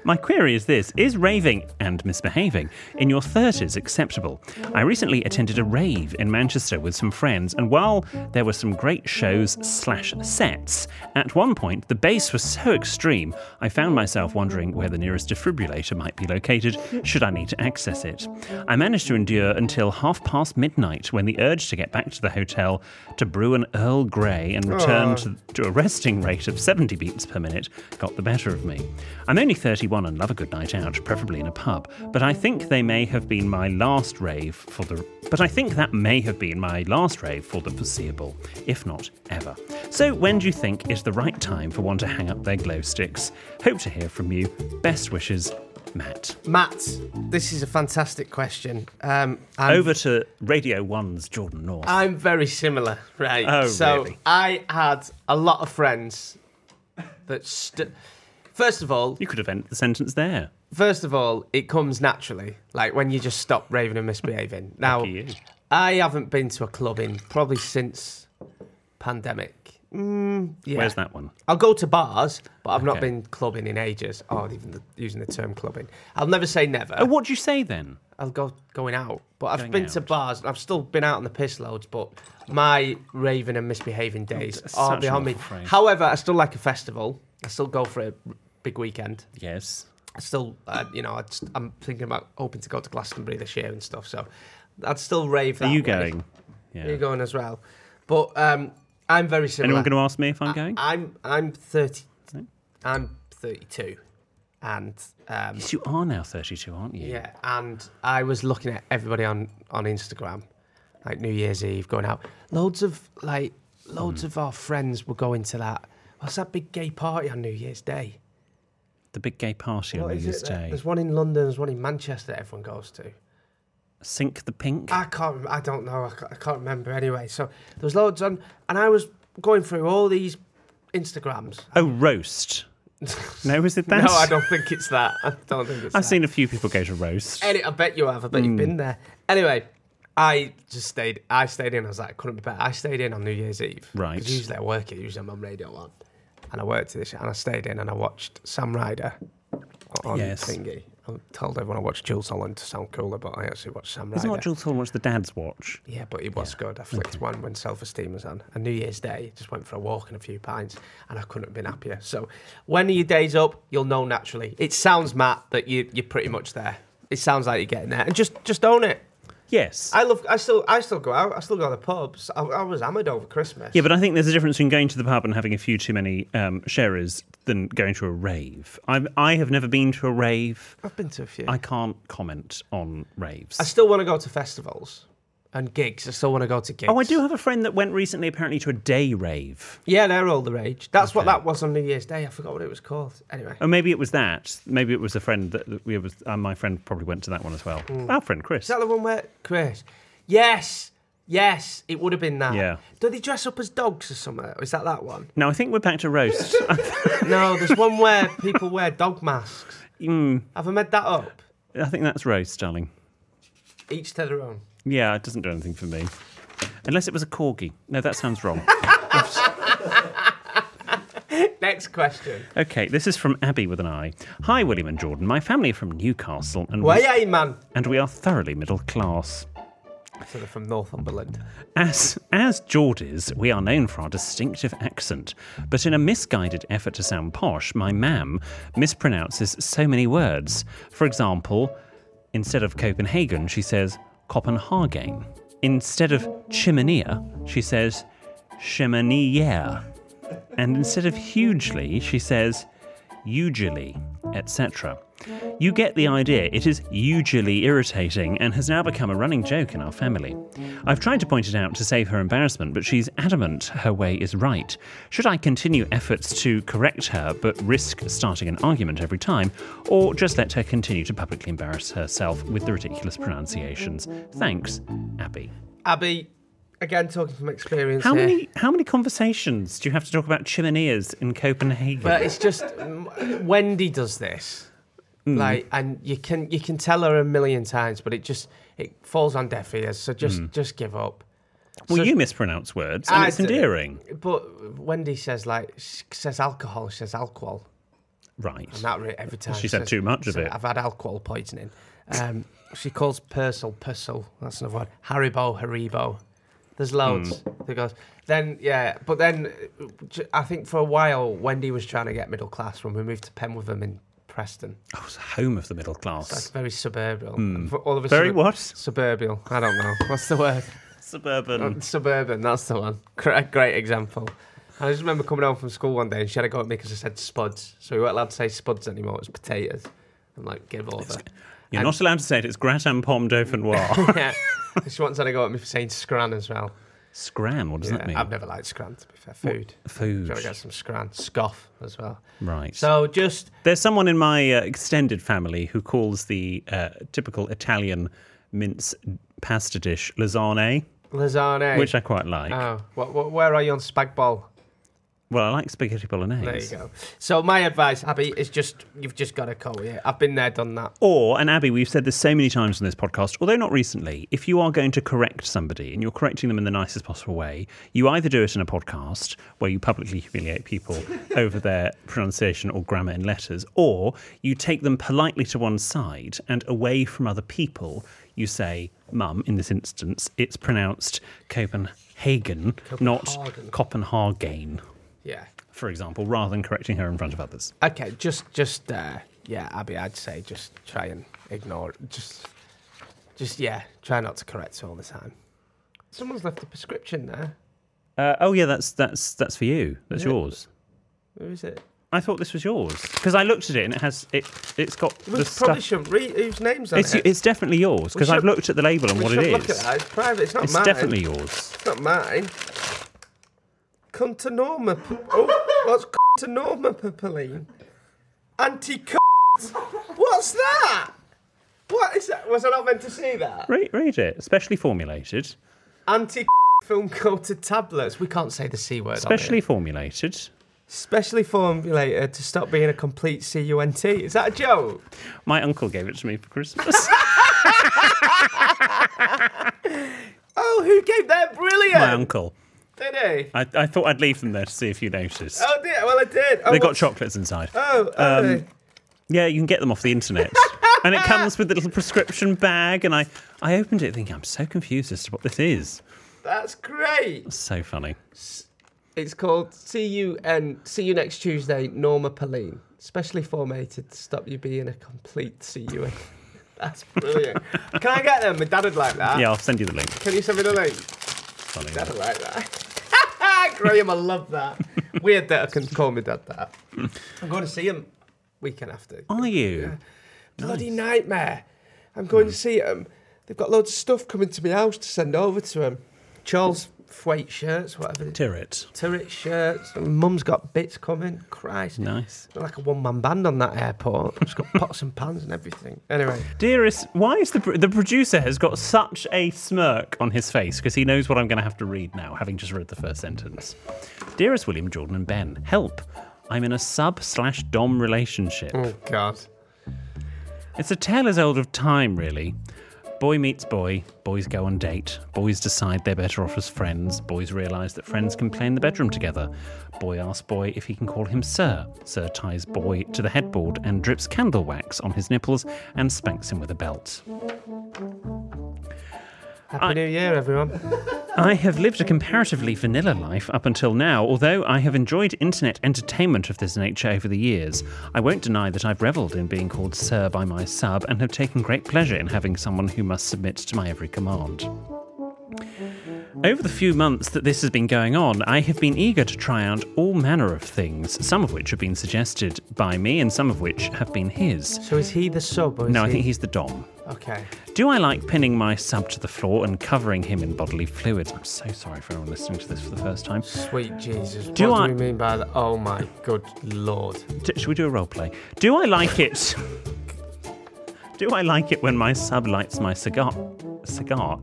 [SPEAKER 2] My query is this Is raving and misbehaving in your 30s acceptable? I recently attended a rave in Manchester with some friends, and while there were some great shows slash sets, at one point the bass was so extreme, I found myself wondering where the nearest defibrillator might be located should I need to access it. I managed to endure until half past midnight when the urge to get back to the hotel to brew an Earl Grey and return to,
[SPEAKER 1] Ah.
[SPEAKER 2] to a resting rate of 70 beats per minute got the better of me. I'm only 31 and love a good night out, preferably in a pub, but I think they may have been my last rave for the but I think that may have been my last rave for the foreseeable, if not ever. So when do you think is the right time for one to hang up their glow sticks? Hope to hear from you. Best wishes, Matt.
[SPEAKER 1] Matt, this is a fantastic question. Um, I'm,
[SPEAKER 2] Over to Radio 1's Jordan North.
[SPEAKER 1] I'm very similar, right?
[SPEAKER 2] Oh,
[SPEAKER 1] so
[SPEAKER 2] really?
[SPEAKER 1] I had a lot of friends that. St- first of all,
[SPEAKER 2] you could have ended the sentence there.
[SPEAKER 1] first of all, it comes naturally, like when you just stop raving and misbehaving. Now,
[SPEAKER 2] Lucky you.
[SPEAKER 1] I haven't been to a club in probably since pandemic. Mm, yeah.
[SPEAKER 2] Where's that one?
[SPEAKER 1] I'll go to bars, but I've not
[SPEAKER 2] Okay.
[SPEAKER 1] been clubbing in ages, or even the, using the term clubbing. I'll never say never.
[SPEAKER 2] Oh, what do you say then?
[SPEAKER 1] I'll go going out, but I've
[SPEAKER 2] Going
[SPEAKER 1] been to
[SPEAKER 2] out.
[SPEAKER 1] bars. and I've still been out on the piss loads, but my raving and misbehaving days
[SPEAKER 2] Oh, that's
[SPEAKER 1] are
[SPEAKER 2] such an
[SPEAKER 1] behind me.
[SPEAKER 2] awful phrase.
[SPEAKER 1] However, I still like a festival. I still go for a big weekend.
[SPEAKER 2] Yes.
[SPEAKER 1] I still, uh, you know, I just, I'm thinking about hoping to go to Glastonbury this year and stuff. So I'd still rave. That
[SPEAKER 2] Are you
[SPEAKER 1] way.
[SPEAKER 2] going? Yeah.
[SPEAKER 1] Are you going as well? But um, I'm very similar.
[SPEAKER 2] Anyone going to ask me if I'm going?
[SPEAKER 1] I'm I'm thirty. I'm thirty-two, and um,
[SPEAKER 2] yes, you are now 32, aren't you?
[SPEAKER 1] yeah, and I was looking at everybody on on Instagram, Hmm. like New Year's Eve going out. Loads of like loads of our friends were going to that What's that big gay party on New Year's Day?
[SPEAKER 2] The big gay party
[SPEAKER 1] What
[SPEAKER 2] on New
[SPEAKER 1] is
[SPEAKER 2] Year's
[SPEAKER 1] it that-
[SPEAKER 2] Day.
[SPEAKER 1] There's one in London. There's one in Manchester. That everyone goes to.
[SPEAKER 2] Sink the pink.
[SPEAKER 1] I can't. rem- I don't know. I ca- I can't remember anyway. So there was loads on, and I was going through all these Instagrams.
[SPEAKER 2] Oh, roast. No, is it that?
[SPEAKER 1] No, I don't think it's that. I don't think it's.
[SPEAKER 2] I've
[SPEAKER 1] that.
[SPEAKER 2] seen a few people go to roast.
[SPEAKER 1] Any, I bet you have. I bet
[SPEAKER 2] Hmm.
[SPEAKER 1] you've been there. Anyway, I just stayed. I stayed in. I was like, couldn't be better. I stayed in on New Year's Eve.
[SPEAKER 2] Right.
[SPEAKER 1] 'Cause Usually I work it. Usually I'm on Radio One, and I worked this, and I stayed in, and I watched Sam Ryder on
[SPEAKER 2] Yes.
[SPEAKER 1] Thingy. I told everyone I watched Jules Holland to sound cooler, but I actually watched Sam Ryder.
[SPEAKER 2] Isn't what Jules Hall watch the dads watch?
[SPEAKER 1] Yeah, but it was good. I flicked one when self esteem was on. And New Year's Day, just went for a walk and a few pints, and I couldn't have been happier. So, when are your days up? You'll know naturally. It sounds, Matt, that you, you're pretty much there. It sounds like you're getting there, and just just own it.
[SPEAKER 2] Yes.
[SPEAKER 1] I love. I still. I still go out. I still go to the pubs. I, I was hammered over Christmas.
[SPEAKER 2] Yeah, but I think there's a difference between going to the pub and having a few too many um, sharers than going to a rave. I've, I have never been to a rave.
[SPEAKER 1] I've been to a few.
[SPEAKER 2] I
[SPEAKER 1] I,
[SPEAKER 2] can't comment on raves.
[SPEAKER 1] still want to go to festivals and gigs. I still want to go to gigs.
[SPEAKER 2] oh, I do have a friend that went recently apparently to a day rave.
[SPEAKER 1] Yeah, they're all the rage. That's what that was on New Year's Day. I forgot what it was called. Anyway,
[SPEAKER 2] Or Oh, maybe it was that. Maybe it was a friend that that we was. Uh, my friend probably went to that one as well. Our friend Chris.
[SPEAKER 1] Hmm. Is that the one where Chris? Yes, yes, it would have been that.
[SPEAKER 2] Yeah.
[SPEAKER 1] Do they dress up as dogs or something? Is that that one?
[SPEAKER 2] No, I think we're back to roast. I
[SPEAKER 1] No, there's one where people wear dog masks.
[SPEAKER 2] Hmm.
[SPEAKER 1] Have I made that up?
[SPEAKER 2] I think that's roast, darling.
[SPEAKER 1] Each to their own.
[SPEAKER 2] Yeah, it doesn't do anything for me. Unless it was a corgi. No, that sounds wrong.
[SPEAKER 1] Next question.
[SPEAKER 2] okay, this is from Abby with an I. Hi, William and Jordan. My family are from Newcastle, and
[SPEAKER 1] Where are you, man?
[SPEAKER 2] and we are thoroughly middle class.
[SPEAKER 1] So they're from Northumberland.
[SPEAKER 2] As, as Geordies, we are known for our distinctive accent, but in a misguided effort to sound posh, my mam mispronounces so many words. For example, instead of Copenhagen, she says Copenhagen. Instead of chimenea, she says cheminiere. And instead of hugely, she says usually, etc. You get the idea, it is usually irritating and has now become a running joke in our family. I've tried to point it out to save her embarrassment, but she's adamant her way is right. Should I continue efforts to correct her but risk starting an argument every time, or just let her continue to publicly embarrass herself with the ridiculous pronunciations? Thanks, Abby.
[SPEAKER 1] Abby, again talking from experience.
[SPEAKER 2] How
[SPEAKER 1] here.
[SPEAKER 2] many how many conversations do you have to talk about chimeneas in Copenhagen?
[SPEAKER 1] But it's just mm, Wendy does this,
[SPEAKER 2] Hmm.
[SPEAKER 1] like, and you can you can tell her a million times, but it just it falls on deaf ears. So just
[SPEAKER 2] Hmm.
[SPEAKER 1] just give up.
[SPEAKER 2] well,
[SPEAKER 1] so-
[SPEAKER 2] you mispronounce words, and
[SPEAKER 1] I
[SPEAKER 2] it's
[SPEAKER 1] do.
[SPEAKER 2] endearing,
[SPEAKER 1] But Wendy says like she says alcohol, she says alcohol,
[SPEAKER 2] right?
[SPEAKER 1] and that re- every time
[SPEAKER 2] She said
[SPEAKER 1] says-
[SPEAKER 2] too much of
[SPEAKER 1] said,
[SPEAKER 2] it.
[SPEAKER 1] I've had alcohol poisoning. Um, she calls Purcell Purcell. That's another one. Haribo Haribo. There's loads.
[SPEAKER 2] Hmm.
[SPEAKER 1] There goes. Then yeah, but then uh, j- I think for a while Wendy was trying to get middle class when we moved to Penwitham in Preston.
[SPEAKER 2] Oh, it's home of the middle
[SPEAKER 1] That's
[SPEAKER 2] class.
[SPEAKER 1] very suburban. For All of a
[SPEAKER 2] Hmm. Very
[SPEAKER 1] sudden-
[SPEAKER 2] what?
[SPEAKER 1] Suburban. I don't know. What's the word?
[SPEAKER 2] Suburban.
[SPEAKER 1] Suburban, that's the one. Great, great example. I just remember coming home from school one day and she had a go at me because I said spuds. So we weren't allowed to say spuds anymore, it was potatoes. I'm like, give over.
[SPEAKER 2] You're not allowed to say it. It's gratin pomme dauphinois.
[SPEAKER 1] yeah. She once had a go at me for saying scran as well.
[SPEAKER 2] Scran, what does
[SPEAKER 1] Yeah,
[SPEAKER 2] that mean?
[SPEAKER 1] I've never liked scran, to be fair. Food.
[SPEAKER 2] Food.
[SPEAKER 1] Gotta get some scran. Scoff as well.
[SPEAKER 2] Right.
[SPEAKER 1] So just,
[SPEAKER 2] There's someone in my uh, extended family who calls the uh, typical Italian mince pasta dish lasagna,
[SPEAKER 1] lasagna.
[SPEAKER 2] which I quite like.
[SPEAKER 1] Oh, what, what, where are you on spag bol?
[SPEAKER 2] well, I like spaghetti
[SPEAKER 1] There
[SPEAKER 2] bolognese.
[SPEAKER 1] you go. So my advice, Abby, is just you've just got to go with it. I've been there, done that.
[SPEAKER 2] Or, and Abby, we've said this so many times on this podcast, although not recently, if you are going to correct somebody and you're correcting them in the nicest possible way, you either do it in a podcast where you publicly humiliate people over their pronunciation or grammar in letters, or you take them politely to one side and away from other people. You say, Mum, in this instance, it's pronounced Copenhagen,
[SPEAKER 1] Copenhagen.
[SPEAKER 2] not Copenhagen,
[SPEAKER 1] Yeah.
[SPEAKER 2] for example, rather than correcting her in front of others.
[SPEAKER 1] Okay, just just uh, yeah, Abby, I'd say just try and ignore it. Just just yeah, try not to correct all the time. Someone's left a prescription there.
[SPEAKER 2] Uh, oh, yeah, that's, that's, that's for you. That's yours.
[SPEAKER 1] Who is it?
[SPEAKER 2] I thought this was yours because I looked at it and it has it. It's got
[SPEAKER 1] We probably
[SPEAKER 2] the stuff.
[SPEAKER 1] shouldn't read whose name's on
[SPEAKER 2] It's
[SPEAKER 1] it.
[SPEAKER 2] it's definitely yours
[SPEAKER 1] We
[SPEAKER 2] because I've
[SPEAKER 1] should-
[SPEAKER 2] looked at the label and
[SPEAKER 1] We
[SPEAKER 2] what it
[SPEAKER 1] should
[SPEAKER 2] is.
[SPEAKER 1] Look at that. It's private. It's not
[SPEAKER 2] It's
[SPEAKER 1] mine.
[SPEAKER 2] definitely yours.
[SPEAKER 1] It's not mine. Come to Norma. p- Oh, What's to Norma, Pauline? Anti What's that? What is that? Was I not meant to see that?
[SPEAKER 2] Read, read it. Specially formulated.
[SPEAKER 1] Anti film coated tablets. We can't say the C word. on
[SPEAKER 2] Specially
[SPEAKER 1] here.
[SPEAKER 2] formulated.
[SPEAKER 1] Specially formulated to stop being a complete C-U-N-T. Is that a joke?
[SPEAKER 2] My uncle gave it to me for Christmas.
[SPEAKER 1] Oh, who gave that? Brilliant.
[SPEAKER 2] My uncle.
[SPEAKER 1] Did he?
[SPEAKER 2] I, I thought I'd leave them there to see if you noticed.
[SPEAKER 1] Oh, dear. Well, I did. Oh,
[SPEAKER 2] they got
[SPEAKER 1] what's-
[SPEAKER 2] chocolates inside.
[SPEAKER 1] Oh,
[SPEAKER 2] Um,
[SPEAKER 1] okay.
[SPEAKER 2] Yeah, you can get them off the internet. and it comes with a little prescription bag. And I, I opened it thinking, I'm so confused as to what this is.
[SPEAKER 1] that's great.
[SPEAKER 2] So funny.
[SPEAKER 1] It's called See You and See You Next Tuesday, Norma Pauline. Specially formatted to stop you being a complete C-U-N. That's brilliant. Can I get them? My dad would like that.
[SPEAKER 2] Yeah, I'll send you the link.
[SPEAKER 1] Can you send me the link?
[SPEAKER 2] Funny.
[SPEAKER 1] Dad would like that. Graham, I love that. Weird that I can call my dad that. I'm going to see him weekend after.
[SPEAKER 2] Are you?
[SPEAKER 1] Bloody nightmare. I'm going to see him. They've got loads of stuff coming to my house to send over to him. Charles Thwaite shirts, whatever. it is.
[SPEAKER 2] Turret.
[SPEAKER 1] Turret shirts. And Mum's got bits coming. Christ.
[SPEAKER 2] Nice.
[SPEAKER 1] They're Like a one man band on that airport. It's got pots and pans and everything. Anyway,
[SPEAKER 2] Dearest, why is the pr- the producer has got such a smirk on his face because he knows what I'm going to have to read now, having just read the first sentence. Dearest William, Jordan, and Ben, help! I'm in a sub slash dom relationship.
[SPEAKER 1] God.
[SPEAKER 2] It's a tale as old of time, really. Boy meets boy, boys go on date, boys decide they're better off as friends, boys realise that friends can play in the bedroom together. Boy asks boy if he can call him sir. Sir ties boy to the headboard and drips candle wax on his nipples and spanks him with a belt.
[SPEAKER 1] Happy New Year, everyone.
[SPEAKER 2] I have lived a comparatively vanilla life up until now, although I have enjoyed internet entertainment of this nature over the years. I won't deny that I've revelled in being called Sir by my sub and have taken great pleasure in having someone who must submit to my every command. Over the few months that this has been going on, I have been eager to try out all manner of things, some of which have been suggested by me and some of which have been his.
[SPEAKER 1] So is he the sub or is
[SPEAKER 2] No,
[SPEAKER 1] he?
[SPEAKER 2] I think he's the Dom.
[SPEAKER 1] Okay.
[SPEAKER 2] Do I like pinning my sub to the floor and covering him in bodily fluids? I'm so sorry for anyone listening to this for the first time.
[SPEAKER 1] Sweet Jesus.
[SPEAKER 2] Do
[SPEAKER 1] what
[SPEAKER 2] I-
[SPEAKER 1] do we mean by that? Oh my good lord.
[SPEAKER 2] D- should we do a role play? Do I like it? do I like it when my sub lights my cigar, cigar,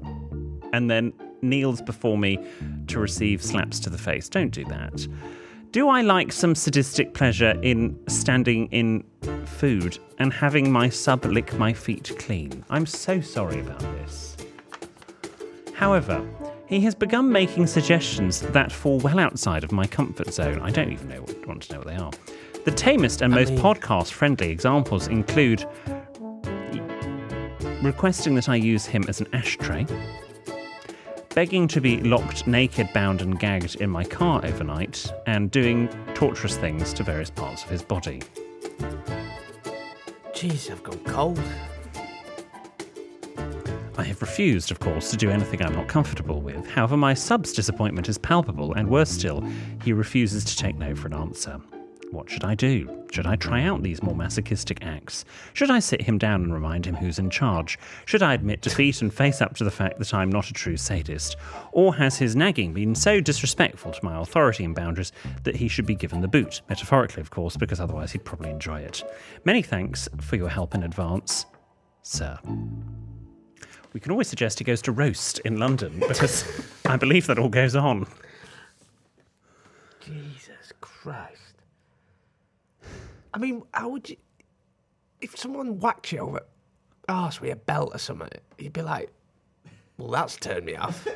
[SPEAKER 2] and then kneels before me to receive slaps to the face? Don't do that. Do I like some sadistic pleasure in standing in food and having my sub lick my feet clean? I'm so sorry about this. However, he has begun making suggestions that fall well outside of my comfort zone. I don't even know what, want to know what they are. The tamest and most podcast friendly examples include requesting that I use him as an ashtray, begging to be locked naked, bound, and gagged in my car overnight, and doing torturous things to various parts of his body.
[SPEAKER 1] Jeez, I've gone cold.
[SPEAKER 2] I have refused, of course, to do anything I'm not comfortable with. However, my sub's disappointment is palpable, and worse still, he refuses to take no for an answer. What should I do? Should I try out these more masochistic acts? Should I sit him down and remind him who's in charge? Should I admit defeat and face up to the fact that I'm not a true sadist? Or has his nagging been so disrespectful to my authority and boundaries that he should be given the boot? Metaphorically, of course, because otherwise he'd probably enjoy it. Many thanks for your help in advance, sir. We can always suggest he goes to roast in London because I believe that all goes on.
[SPEAKER 1] Jesus Christ. I mean, how would you. If someone whacks you over arse with a belt or something, you'd be like, well, that's turned me off.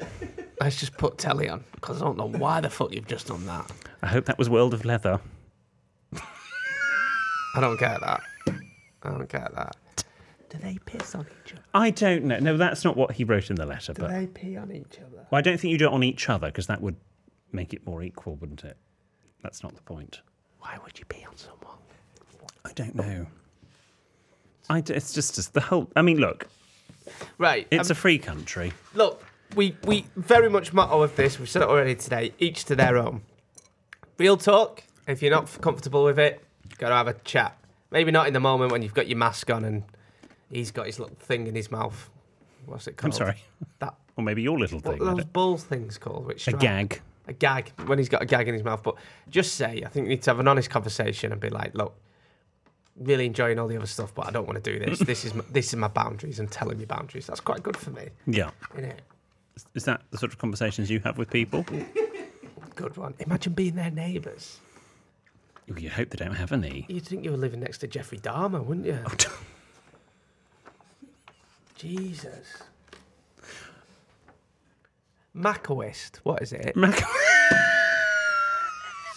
[SPEAKER 1] Let's just put telly on, because I don't know why the fuck you've just done that.
[SPEAKER 2] I hope that was World of Leather.
[SPEAKER 1] I don't get that. I don't get that. Do they piss on each other?
[SPEAKER 2] I don't know. No, that's not what he wrote in the letter,
[SPEAKER 1] Do
[SPEAKER 2] but
[SPEAKER 1] they pee on each other?
[SPEAKER 2] well, I don't think you do it on each other because that would make it more equal, wouldn't it? That's not the point.
[SPEAKER 1] Why would you pee on someone?
[SPEAKER 2] I don't know. I d- it's just, just the whole. I mean, look,
[SPEAKER 1] Right.
[SPEAKER 2] it's a free country.
[SPEAKER 1] look, we we very much motto of this. We've said it already today. Each to their own. Real talk. If you're not f- comfortable with it, gotta have a chat. Maybe not in the moment when you've got your mask on and he's got his little thing in his mouth. What's it called?
[SPEAKER 2] sorry.
[SPEAKER 1] That
[SPEAKER 2] Or maybe your little
[SPEAKER 1] what
[SPEAKER 2] thing.
[SPEAKER 1] are
[SPEAKER 2] I
[SPEAKER 1] those
[SPEAKER 2] don't-
[SPEAKER 1] balls things called? Which
[SPEAKER 2] A
[SPEAKER 1] strap?
[SPEAKER 2] gag.
[SPEAKER 1] a gag when he's got a gag in his mouth. But just say, I think we need to have an honest conversation and be like, look, really enjoying all the other stuff, but I don't want to do this. this is my, this is my boundaries and telling me boundaries. That's quite good for me.
[SPEAKER 2] Yeah.
[SPEAKER 1] Isn't it?
[SPEAKER 2] Is- Is that the sort of conversations you have with people?
[SPEAKER 1] Good one. Imagine being their neighbours.
[SPEAKER 2] Ooh, You hope they don't have any.
[SPEAKER 1] You'd think you were living next to Jeffrey Dahmer, wouldn't
[SPEAKER 2] Oh.
[SPEAKER 1] you? Jesus. Macoist. What is it?
[SPEAKER 2] Mac-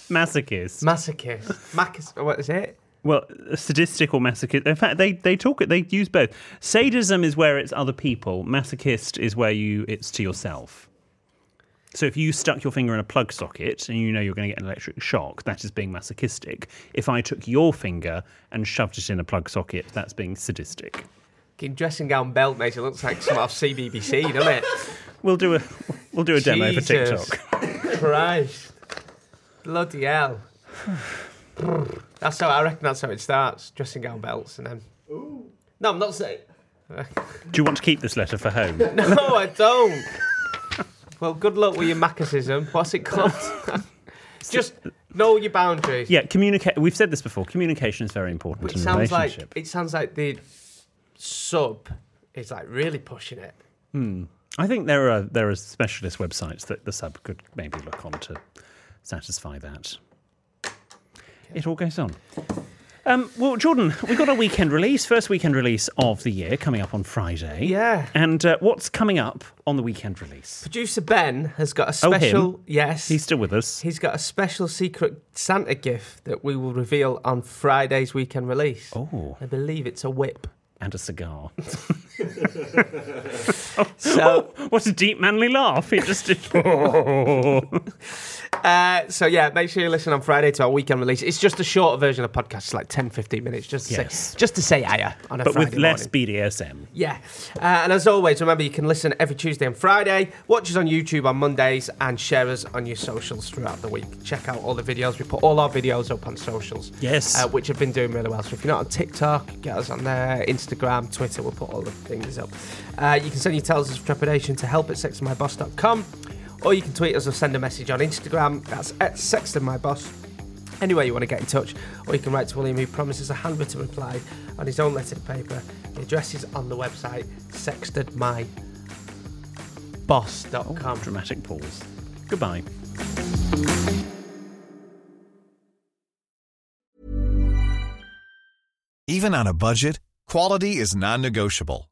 [SPEAKER 2] Masochist.
[SPEAKER 1] Masochist. Macas- what is it?
[SPEAKER 2] Well, sadistic or masochist. In fact, they they talk they use both. Sadism is where it's other people. Masochist is where you it's to yourself. So if you stuck your finger in a plug socket and you know you're going to get an electric shock, that is being masochistic. If I took your finger and shoved it in a plug socket, that's being sadistic.
[SPEAKER 1] Fucking dressing gown belt makes it look like some off CBBC, doesn't it?
[SPEAKER 2] We'll do a we'll do a demo for
[SPEAKER 1] Jesus
[SPEAKER 2] TikTok.
[SPEAKER 1] Christ. Bloody hell. that's how I reckon that's how it starts. Dressing gown belts and then. No, I'm not saying.
[SPEAKER 2] Do you want to keep this letter for home?
[SPEAKER 1] No, I don't. well, good luck with your Macassism. What's it called? Just know your boundaries.
[SPEAKER 2] Yeah, communicate. We've said this before. Communication is very important
[SPEAKER 1] But it
[SPEAKER 2] in a
[SPEAKER 1] sounds
[SPEAKER 2] relationship.
[SPEAKER 1] like it sounds like the sub is like really pushing it.
[SPEAKER 2] Hmm. I think there are there are specialist websites that the sub could maybe look on to satisfy that. It all goes on. Um, well, Jordan, we've got a weekend release, first weekend release of the year coming up on Friday.
[SPEAKER 1] Yeah.
[SPEAKER 2] And uh, what's coming up on the weekend release?
[SPEAKER 1] Producer Ben has got a
[SPEAKER 2] Oh, him.
[SPEAKER 1] special. Yes,
[SPEAKER 2] He's still with us.
[SPEAKER 1] He's got a special secret Santa gift that we will reveal on Friday's weekend release.
[SPEAKER 2] Oh.
[SPEAKER 1] I believe it's a whip.
[SPEAKER 2] And a cigar.
[SPEAKER 1] So-
[SPEAKER 2] Oh, what a deep manly laugh. He just did.
[SPEAKER 1] Uh, so yeah, make sure you listen on Friday to our weekend release. It's just a shorter version of the podcast, it's like 10, 15 minutes, just to
[SPEAKER 2] Yes.
[SPEAKER 1] say, just to say hiya on a
[SPEAKER 2] but
[SPEAKER 1] Friday
[SPEAKER 2] with less
[SPEAKER 1] morning.
[SPEAKER 2] BDSM.
[SPEAKER 1] Yeah. Uh, and as always, remember you can listen every Tuesday and Friday, watch us on YouTube on Mondays, and share us on your socials throughout the week. Check out all the videos. We put all our videos up on socials.
[SPEAKER 2] Yes.
[SPEAKER 1] Uh, which have been doing really well. So if you're not on TikTok, get us on there, Instagram, Twitter, we'll put all the things up. Uh, you can send your tales of trepidation to help at sexandmyboss.com, or you can tweet us or send a message on Instagram. That's at sextonmyboss. Any way you want to get in touch, or you can write to William, who promises a handwritten reply on his own lettered paper. The address is on the website sextedmyboss.com.
[SPEAKER 2] Dramatic pause. Goodbye.
[SPEAKER 10] Even on a budget, quality is non-negotiable.